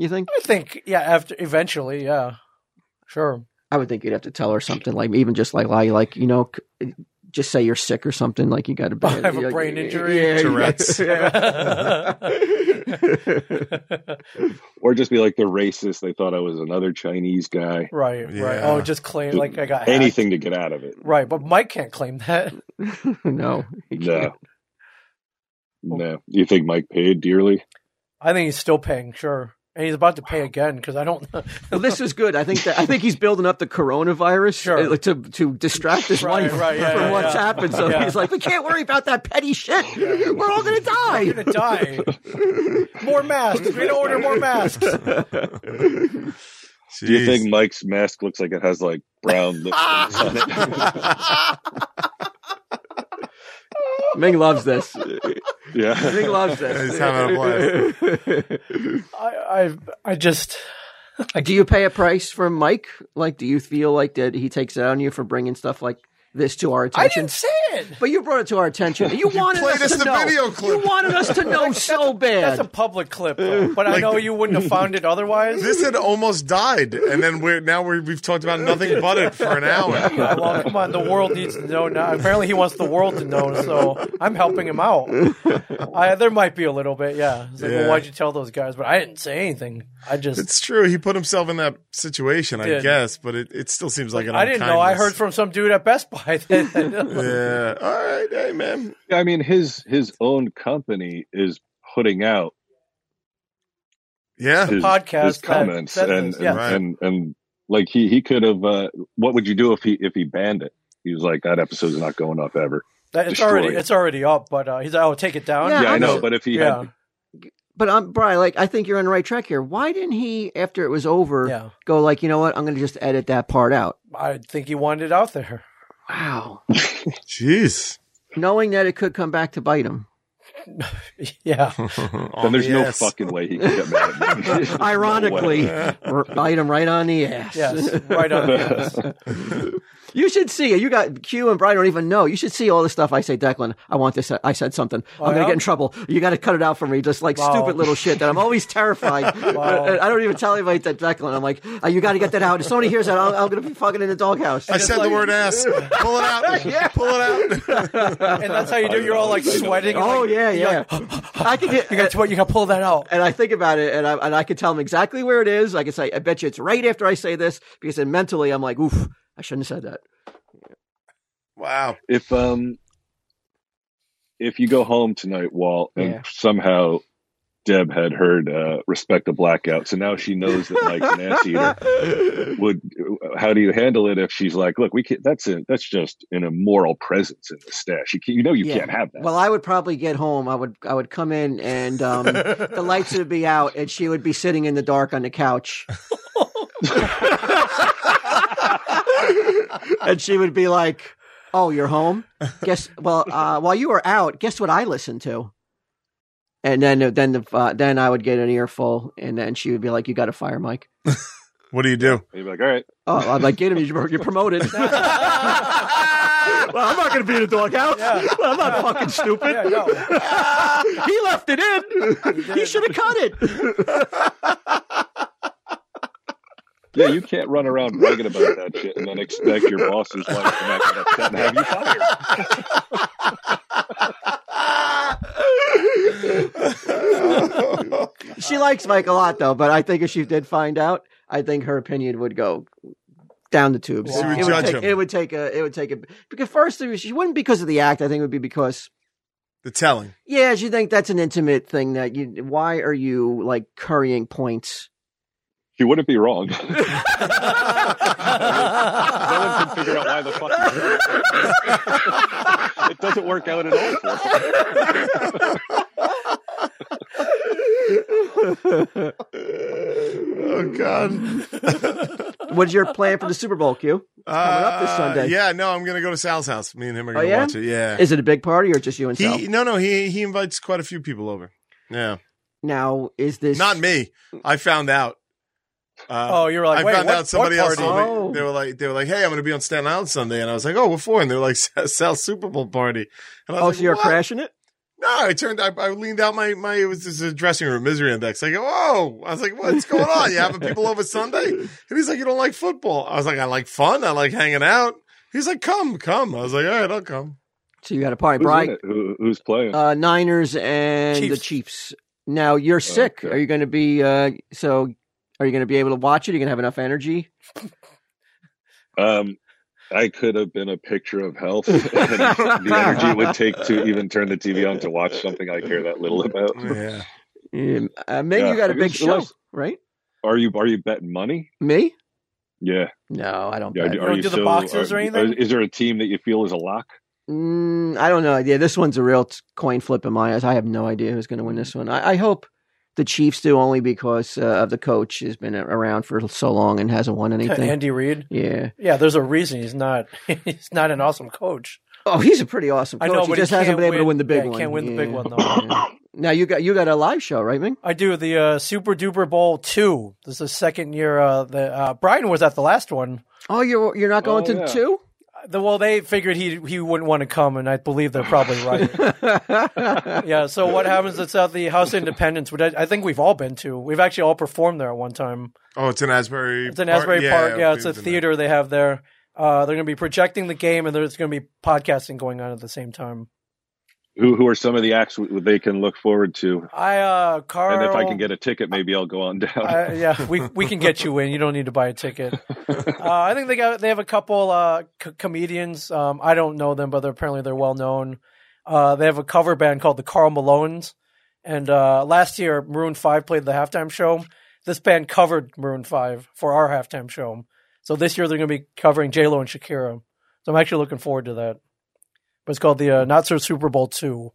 You think? I think yeah. After eventually, yeah, sure. I would think you'd have to tell her something like even just like lie, like you know, c- just say you're sick or something. Like you got a bad, Oh, have a like, brain injury. yeah, Tourette's. or just be like they're racist. They thought I was another Chinese guy. Right, right. Yeah. Oh, just claim like I got hacked. Anything to get out of it. Right, but Mike can't claim that. no, you No. can't. No. You think Mike paid dearly? I think he's still paying, sure, and he's about to pay again because I don't. Well, this is good. I think that I think he's building up the coronavirus Sure. uh, to to distract his Right, wife right, yeah, from yeah, what's yeah. happened. So Yeah. he's like, we can't worry about that petty shit. We're all gonna You're die. gonna die. More masks. We don't order more masks. Do you think Mike's mask looks like it has like brown lipstick on it? Ming loves this. Yeah. Zig loves this. He's having a blast. I, I, I just, do you pay a price for Mike? Like, do you feel like that he takes it on you for bringing stuff like this to our I attention? didn't say it. but you brought it to our attention. You wanted played us us to the know. video clip. You wanted us to know so That's a bad. public clip, though, but I Like know the- you wouldn't have found it otherwise. This had almost died, and then we're now we're, we've talked about nothing but it for an hour. Yeah, well, come on. The world needs to know now. Apparently, he wants the world to know, so I'm helping him out. I, there might be a little bit, yeah. It's like, well, Yeah. why'd you tell those guys? But I didn't say anything. I just, It's true. He put himself in that situation, I Did. guess, but it, it still seems like an I didn't know. I heard unkindness. from some dude at Best Buy. That, Yeah. All right. Hey, man. I mean, his his own company is putting out Yeah. his, podcast his that- comments, that and, is- yeah. and, and and like he he could have. Uh, what would you do if he if he banned it? He was like, that episode's not going up ever. it's Destroy already, it. it's already up. But uh, he's like, "Oh, take it down." Yeah, Yeah, I I'm know. su- But if he yeah, had, But um, Brian, like, I think you're on the right track here. Why didn't he, after it was over, yeah. go like, you know what? I'm going to just edit that part out. I think he wanted it out there. Wow, Jeez. knowing that it could come back to bite him. Yeah, then Then there's no fucking way he could get mad at me. Ironically, r- bite him right on the ass. yes, right on. Yes. You should see it. You got Q and Brian don't even know. You should see all the stuff I say, Declan. I want this. I said something. I'm gonna Oh, yeah? get in trouble. You got to cut it out for me. Just like Wow. stupid little shit that I'm always terrified. I, I don't even tell anybody that Declan. I'm like, uh, you got to get that out. If somebody hears that, I'm, I'm gonna be fucking in the doghouse. I said the word ass. Pull it out. Pull it out. And that's how you do. You're all like sweating. and, oh like, yeah, yeah. I can get. You got to, you got to pull that out. and I think about it, and I and I can tell them exactly where it is. I can say, I bet you it's right after I say this, because then mentally I'm like, oof, I shouldn't have said that. Wow. if um if you go home tonight, Walt, and Yeah. somehow Deb had heard uh, respect the blackout, so now she knows that Mike's an anteater. Would how do you handle it if she's like, "Look, we can't. That's a, that's just an immoral presence in the stash. You, can, you know you Yeah. can't have that." Well, I would probably get home. I would I would come in and um, the lights would be out, and she would be sitting in the dark on the couch. and she would be like, "Oh, you're home. Guess well, uh, while you were out, guess what I listened to." And then then the uh, then I would get an earful, and then she would be like, "You got to fire Mike." What do you do? You'd be like, "All right, Oh, I'm like, "Get him! You're you're promoted." well, I'm not going to be in a doghouse. I'm not fucking stupid. Yeah, no. he left it in. He should have cut it. yeah, you can't run around bragging about that shit and then expect your boss's wife to not get upset and have you fired." She likes Mike a lot though, but I think if she did find out, I think her opinion would go down the tubes. She would it, judge take, him. it would take a it would take a because first it was- she wouldn't because of the act, I think it would be because The telling. yeah, she think that's an intimate thing that you why are you like currying points? She wouldn't be wrong. no one can figure out why the fuck. you did it. it doesn't work out at all. For her. Oh God. What's your plan for the Super Bowl, Q? Coming up this Uh, Sunday. Oh, Yeah, no, I'm gonna go to Sal's house. Me and him are gonna yeah? watch it. Yeah. Is it a big party or just you and he Sal? no no he he invites quite a few people over. Yeah. Now is this Not me. I found out. Uh, Oh, you're like, I wait, found what, out somebody what else. party? Oh. They, they were like, they were like, hey, I'm going to be on Staten Island Sunday, and I was like, oh, what for? And they were like, Sal's Super Bowl party. And I was Oh, like, so you're what? crashing it? No, I turned. I, I leaned out my my. It was just a dressing room misery index. I go, whoa. I was like, what's going on? You having people over Sunday? And he's like, you don't like football. I was like, I like fun. I like hanging out. He's like, come, come. I was like, all right, I'll come. So you got a party, Who's in Brian? it? Who, who's playing? uh, Niners and the Chiefs. Chiefs. Now you're sick. Okay. Are you going to be uh, so? Are you going to be able to watch it? Are you going to have enough energy? Um, I could have been a picture of health. the energy it would take to even turn the TV on to watch something I care that little about. Yeah. Um, uh, maybe Mm. Yeah, you got a I big guess show, unless- right? Are you are you betting money? Me? Yeah. No, I don't. yeah. bet. Are don't you do the so- boxes are- or anything? Is there a team that you feel is a lock? Mm, I don't know. Yeah, this one's a real t- coin flip in my eyes. I have no idea who's going to win this one. I, I hope the Chiefs do only because uh, of the coach has been a- around for so long and hasn't won anything. Andy Reid. yeah. Yeah, there's a reason he's not. He's not an awesome coach. Oh, he's a pretty awesome I coach. know, he but he just hasn't can't been able to win- win the big yeah, he one. can't win the big one, though. Yeah. now you got you got a live show, right, Ming? I do the uh, Super Duper Bowl two. This is the second year. Uh, the uh, Brian was at the last one. Oh, you're you're not going to Oh, yeah. two? The, well, they figured he he wouldn't want to come, and I believe they're probably right. yeah. So what happens? It's at the House of Independence, which I, I think we've all been to. We've actually all performed there at one time. Oh, it's in Asbury. It's in Asbury Park. Yeah, it's a we've been theater they have there. Uh, they're going to be projecting the game, and there's going to be podcasting going on at the same time. Who who are some of the acts w- they can look forward to? I uh, Carl. And if I can get a ticket, maybe I'll go on down. I- Uh, yeah, we we can get you in. You don't need to buy a ticket. Uh, I think they got they have a couple uh, c- comedians. Um, I don't know them, but they're, apparently they're well known. Uh, they have a cover band called the Carl Malones, and uh, last year Maroon Five played the halftime show. This band covered Maroon Five for our halftime show. So this year they're going to be covering J Lo and Shakira. So I'm actually looking forward to that. But it's called the uh, Not So Super Bowl Two,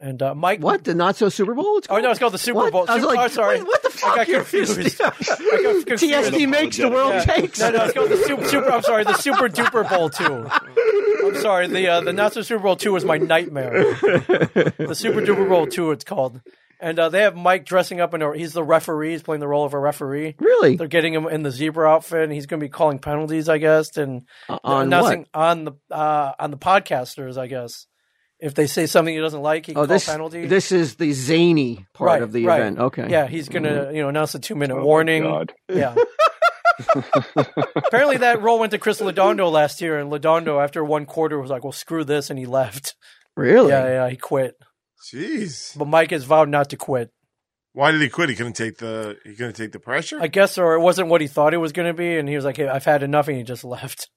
and uh, Mike. What the not so Super Bowl? It's Oh no, called- it's called the Super What? Bowl. I was Super- like, oh, sorry. wait, what the fuck? I got You're- confused. I got confused. TSD makes the world Yeah. takes. No, no, it's called the super, super. I'm sorry, the Super Duper Bowl two. I'm sorry, the uh, the not so Super Bowl two was my nightmare. The Super Duper Bowl two, it's called, and uh, they have Mike dressing up in a. He's the referee. He's playing the role of a referee. Really? They're getting him in the zebra outfit, and he's going to be calling penalties, I guess, and Uh, On announcing what? on the uh, on the podcasters, I guess. If they say something he doesn't like, he can Oh, call this penalty. this is the zany part Right, of the right. event. Okay. Mm. yeah, he's going to Mm-hmm. you know announce a two minute Oh, warning. God. Yeah. Apparently, that role went to Chris Ladondo last year, and Ladondo, after one quarter, was like, "Well, screw this," and he left. Really? Yeah, yeah, he quit. there. Jeez. But Mike has vowed not to quit. Why did he quit? He couldn't take the he couldn't take the pressure. I guess, or it wasn't what he thought it was going to be, and he was like, "Hey, I've had enough," and he just left.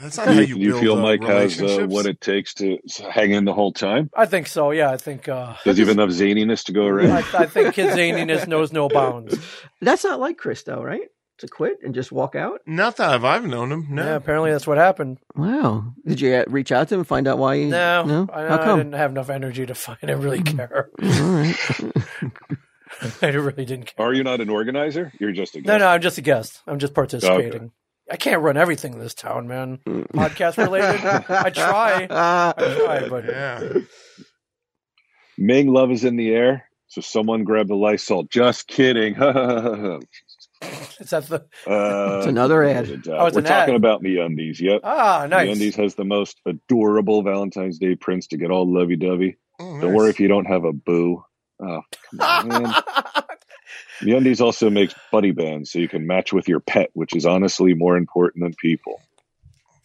That's not Do how you, you, do you build feel uh, Mike has uh, relationships. what it takes to hang in the whole time? I think so. Yeah, I think. Uh, Does he have enough zaniness to go I, around? I think his zaniness knows no bounds. That's not like Chris though, right? To quit and just walk out. Not that I've, I've known him. No. Yeah, apparently that's what happened. Wow. Did you uh, reach out to him and find out why he? No, Mm. No. I, How I come? didn't have enough energy to find. I didn't really care. All right. I really didn't care. Are you not an organizer? You're just a guest. No, no, I'm just a guest. I'm just participating. I can't run everything in this town, man. Mm. Podcast related. I try. Ah. I try, but Yeah. Ming love is in the air. So someone grab the Lysol. Just kidding. uh, it's at the it's another ad. Oh, it's We're an talking ad. about the undies. Yep. ah nice. MeUndies has the most adorable Valentine's Day prints to get all lovey-dovey. Oh, Don't nice. worry if you don't have a boo. Oh, come on, man. MeUndies also makes buddy bands so you can match with your pet, which is honestly more important than people.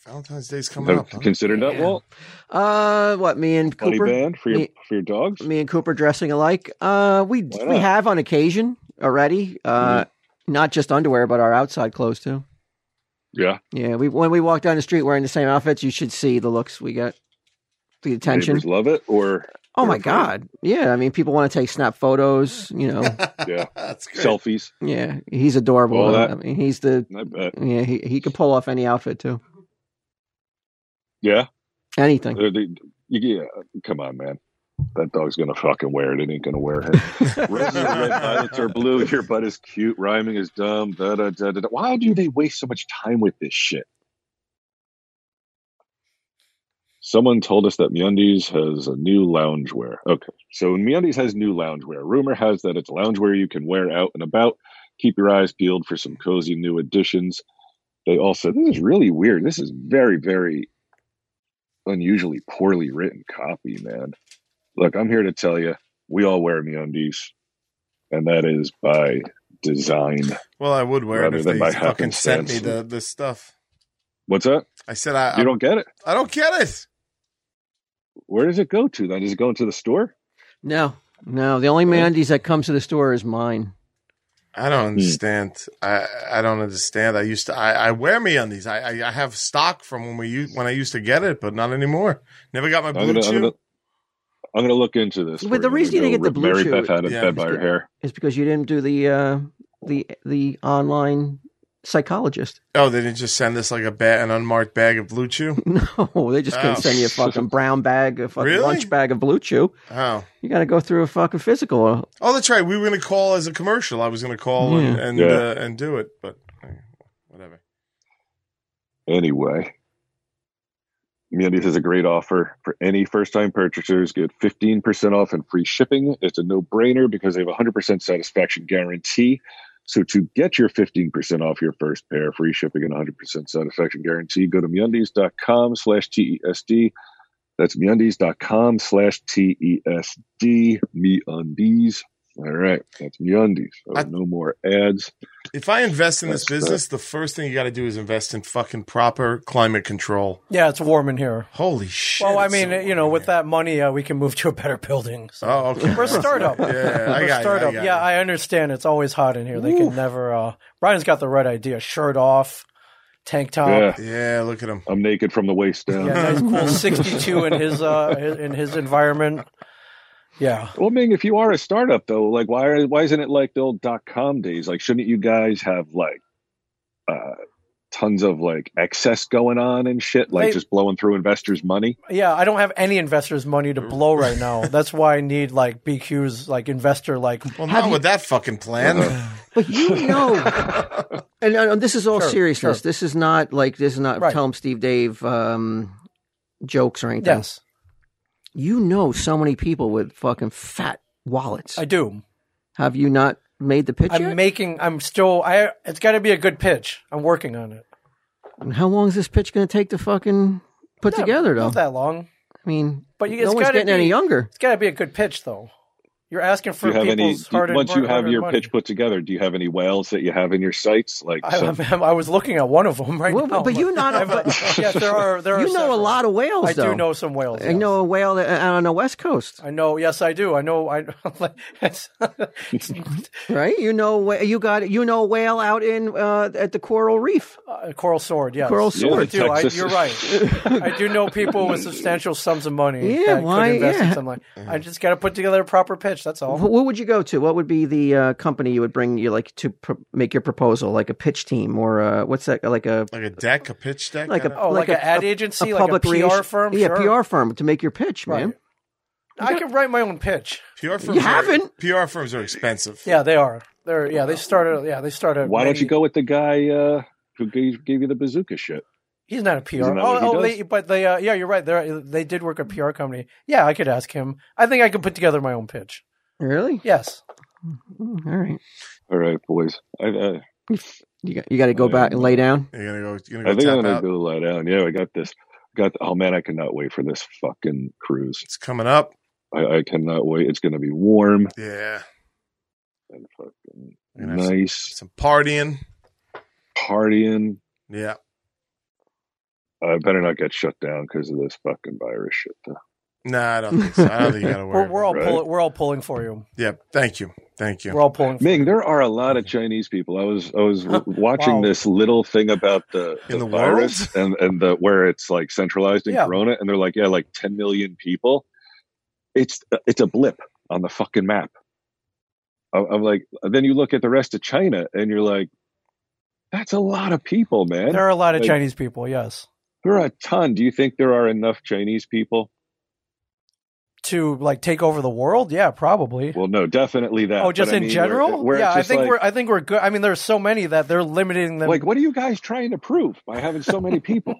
Valentine's Day's coming Have up. you huh? considered that, Yeah. Walt? Uh, what? Me and Buddy Cooper. band for your Me- for your dogs? me and Cooper dressing alike. Uh, we we Why not? Mm-hmm. have on occasion already. Uh, not just underwear, but our outside clothes too. Yeah, Yeah, we when we walk down the street wearing the same outfits, you should see the looks we get, the attention. neighbors love it. Or Oh my terrifying. god! Yeah, I mean, people want to take snap photos. You know, Yeah. That's great. selfies. yeah, he's adorable. All that. I mean, he's the I bet. yeah, he he could pull off any outfit too, Yeah, anything. They're- Uh, they- yeah. Come on, man. That dog's gonna fucking wear it. It ain't gonna wear it. Roses are red, violets are blue. Your butt is cute. Rhyming is dumb. Da, da, da, da, da. Why do they waste so much time with this shit? Someone told us that MeUndies has a new loungewear. Okay, so MeUndies has new loungewear. Rumor has that it's loungewear you can wear out and about. Keep your eyes peeled for some cozy new additions. They also this is really weird. This is very very unusually poorly written copy, man. Look, I'm here to tell you, we all wear MeUndies, and that is by design. Well, I would wear Rather it if than they by fucking sent me happenstance. the, the stuff. What's that? I said I I You don't, don't get it. I don't get it. Where does it go to? Then does it go into the store? No, no, the only Mandy's that comes to the store is mine. I Hmm. don't understand. I I don't understand. I used to I, I wear me on these. I, I I have stock from when we u- when I used to get it, but not anymore. Never got my I'm blue gonna, I'm chew. gonna, I'm gonna look into this. But for the I'm reason you gonna didn't get the blue rip Mary chew- Beth out of Yeah. bed by her hair. It's because you didn't do the uh the the online psychologist. Oh, they didn't just send us like a ba- an unmarked bag of blue chew. No, they just couldn't Oh. send you a fucking brown bag, a fucking Really? lunch bag of blue chew. Oh, You got to go through a fucking physical. oh, that's right. We were gonna call as a commercial. I was gonna call and Yeah. and, Hmm. Yeah. uh, and do it, but eh, whatever. Anyway, Mundies is a great offer for any first time purchasers. Get 15% off and free shipping. It's a no brainer because they have a 100% satisfaction guarantee. So to get your 15% off your first pair, free shipping and 100% satisfaction guarantee, go to Mundies.com slash TESD. That's Mundies.com slash E TESD. Mundies. All right. That's Mundies. So I- no more ads. If I invest in this That's uh, business, the first thing you got to do is invest in fucking proper climate control. Yeah, it's warm in here. Holy shit! Well, I it's mean, so you know, warm with here. that money, uh, we can move to a better building. So. Oh, okay. We're a startup. Yeah, yeah, I We're got a you, I startup. got yeah, you. I understand. It's always hot in here. They can never. Uh, Brian's got the right idea. Shirt off, tank top. Yeah. Yeah, look at him. I'm naked from the waist down. Uh, Yeah, nice cool 62 in his, uh, his in his environment. Yeah, Well, Ming, if you are a startup though, like why why isn't it like the old dot com days? Like, shouldn't you guys have like uh tons of like excess going on and shit, like They- just blowing through investors' money? yeah. I don't have any investors' money Mm. to blow right now. That's why I need like BQ's like investor like. Well, not with that fucking plan. But you know, and, and this is all Sure, seriousness. sure. This is not like this is not Right. tell him Steve Dave um, jokes or anything. Yes, You know, so many people with fucking fat wallets. I do. Have you not made the pitch I'm yet? making. I'm still. I. It's got to be a good pitch. I'm working on it. And How long is this pitch going to take to fucking put Yeah, together, though? Not that long. I mean, But you- no it's one's gotta getting any be- younger. It's got to be a good pitch, though. You're asking Do for you have any people's do- hard once you have hard-earned your money. pitch put together, do you have any whales that you have in your sights? Like I, some- I'm- I was looking at one of them right Well, now. but, but you not, but yes, there are. There are. you know a several. lot of whales. I though. do know some whales. I yes. know a whale that- out on the west coast, I know. Yes, I do. I know. I. it's- it's- right? You know, wh- you got you know a whale out in uh, at the coral reef. uh, coral sword. Yes. Coral Yeah, sword, I do. I, Texas- you're right. I do know people with substantial sums of money Yeah, that why- could invest yeah. in something. I just got to put together a proper pitch. That's all. Wh- What would you go to? What would be the uh, company you would bring you like to pr- make your proposal, like a pitch team or uh, what's that? Like a Like a deck, a pitch deck. like a Oh, like, a- an ad a- agency, a like a public PR relation- firm. Yeah, sure. PR firm to make your pitch, man. Right. I could write my own pitch. PR firms. You are- haven't? PR firms are expensive. Yeah, they are. They're yeah. They started. Yeah, they started. why don't many- you go with the guy uh, who gave, gave you the bazooka shit? He's not a PR. Isn't that oh, what he oh, does? they, but they. Uh, yeah, you're right. They they did work at PR company. Yeah, I could ask him. I think I could put together my own pitch. Really? Yes. Mm, All right. All right, boys. I, I, You got you got to go Yeah. back and lay down. You're gonna go. You're I gonna think go I'm tap gonna out. go lie down. Yeah, I got this. Got oh man, I cannot wait for this fucking cruise. It's coming up. I, I cannot wait. It's going to be warm Yeah. and fucking We're gonna have nice, Some partying. partying. Yeah. I better not get shut down because of this fucking virus shit. Though. Nah, I don't think so. I don't think you gotta worry. We're, we're all about Right. pull, we're all pulling for you. it. Yeah. Thank you. Thank you. We're all pulling. For Ming, you. there are a lot of Chinese people. I was I was w- watching Wow. this little thing about the, In the virus and and the where it's like centralized in Yeah. Corona, and they're like, yeah, like 10 million people. It's it's a blip on the fucking map. I'm, I'm like, then you look at the rest of China, and you're like, that's a lot of people, man. There are a lot of Like- Chinese people. Yes. There are a ton. Do you think there are enough Chinese people? To like take over the world? Yeah, probably. Well, no, definitely that. oh, just But I in mean, general? where- where it's yeah, I just think like, we're I think we're good. I mean, there's so many that they're limiting them. like, what are you guys trying to prove by having so many people?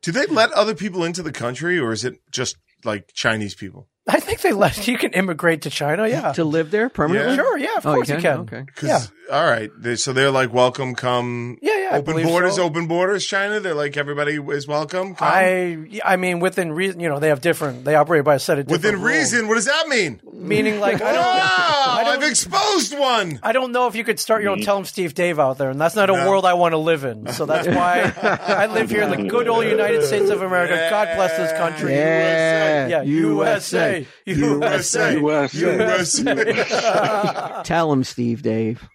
Do they let other people into the country, or is it just like Chinese people? I think they let you can immigrate to China. Yeah. To live there permanently? Yeah. Sure. Yeah. Of Oh, course you can. Okay. Because all right, they, so they're like welcome, come. Yeah. Yeah. I Open believe borders, so. open borders. China, they're like everybody is welcome. Come. I I mean within reason, you know, they have different. They operate by a set of different Within rules. reason, what does that mean? meaning like I don't. Wow, don't- I've exposed one. I don't know if you could start your own Tell 'em Steve Dave out there, and that's not a No. world I want to live in. So that's why I live here in the good old United States of America. God bless this country. Yeah. Yeah, USA. USA. USA. USA. Tell him, Steve Dave.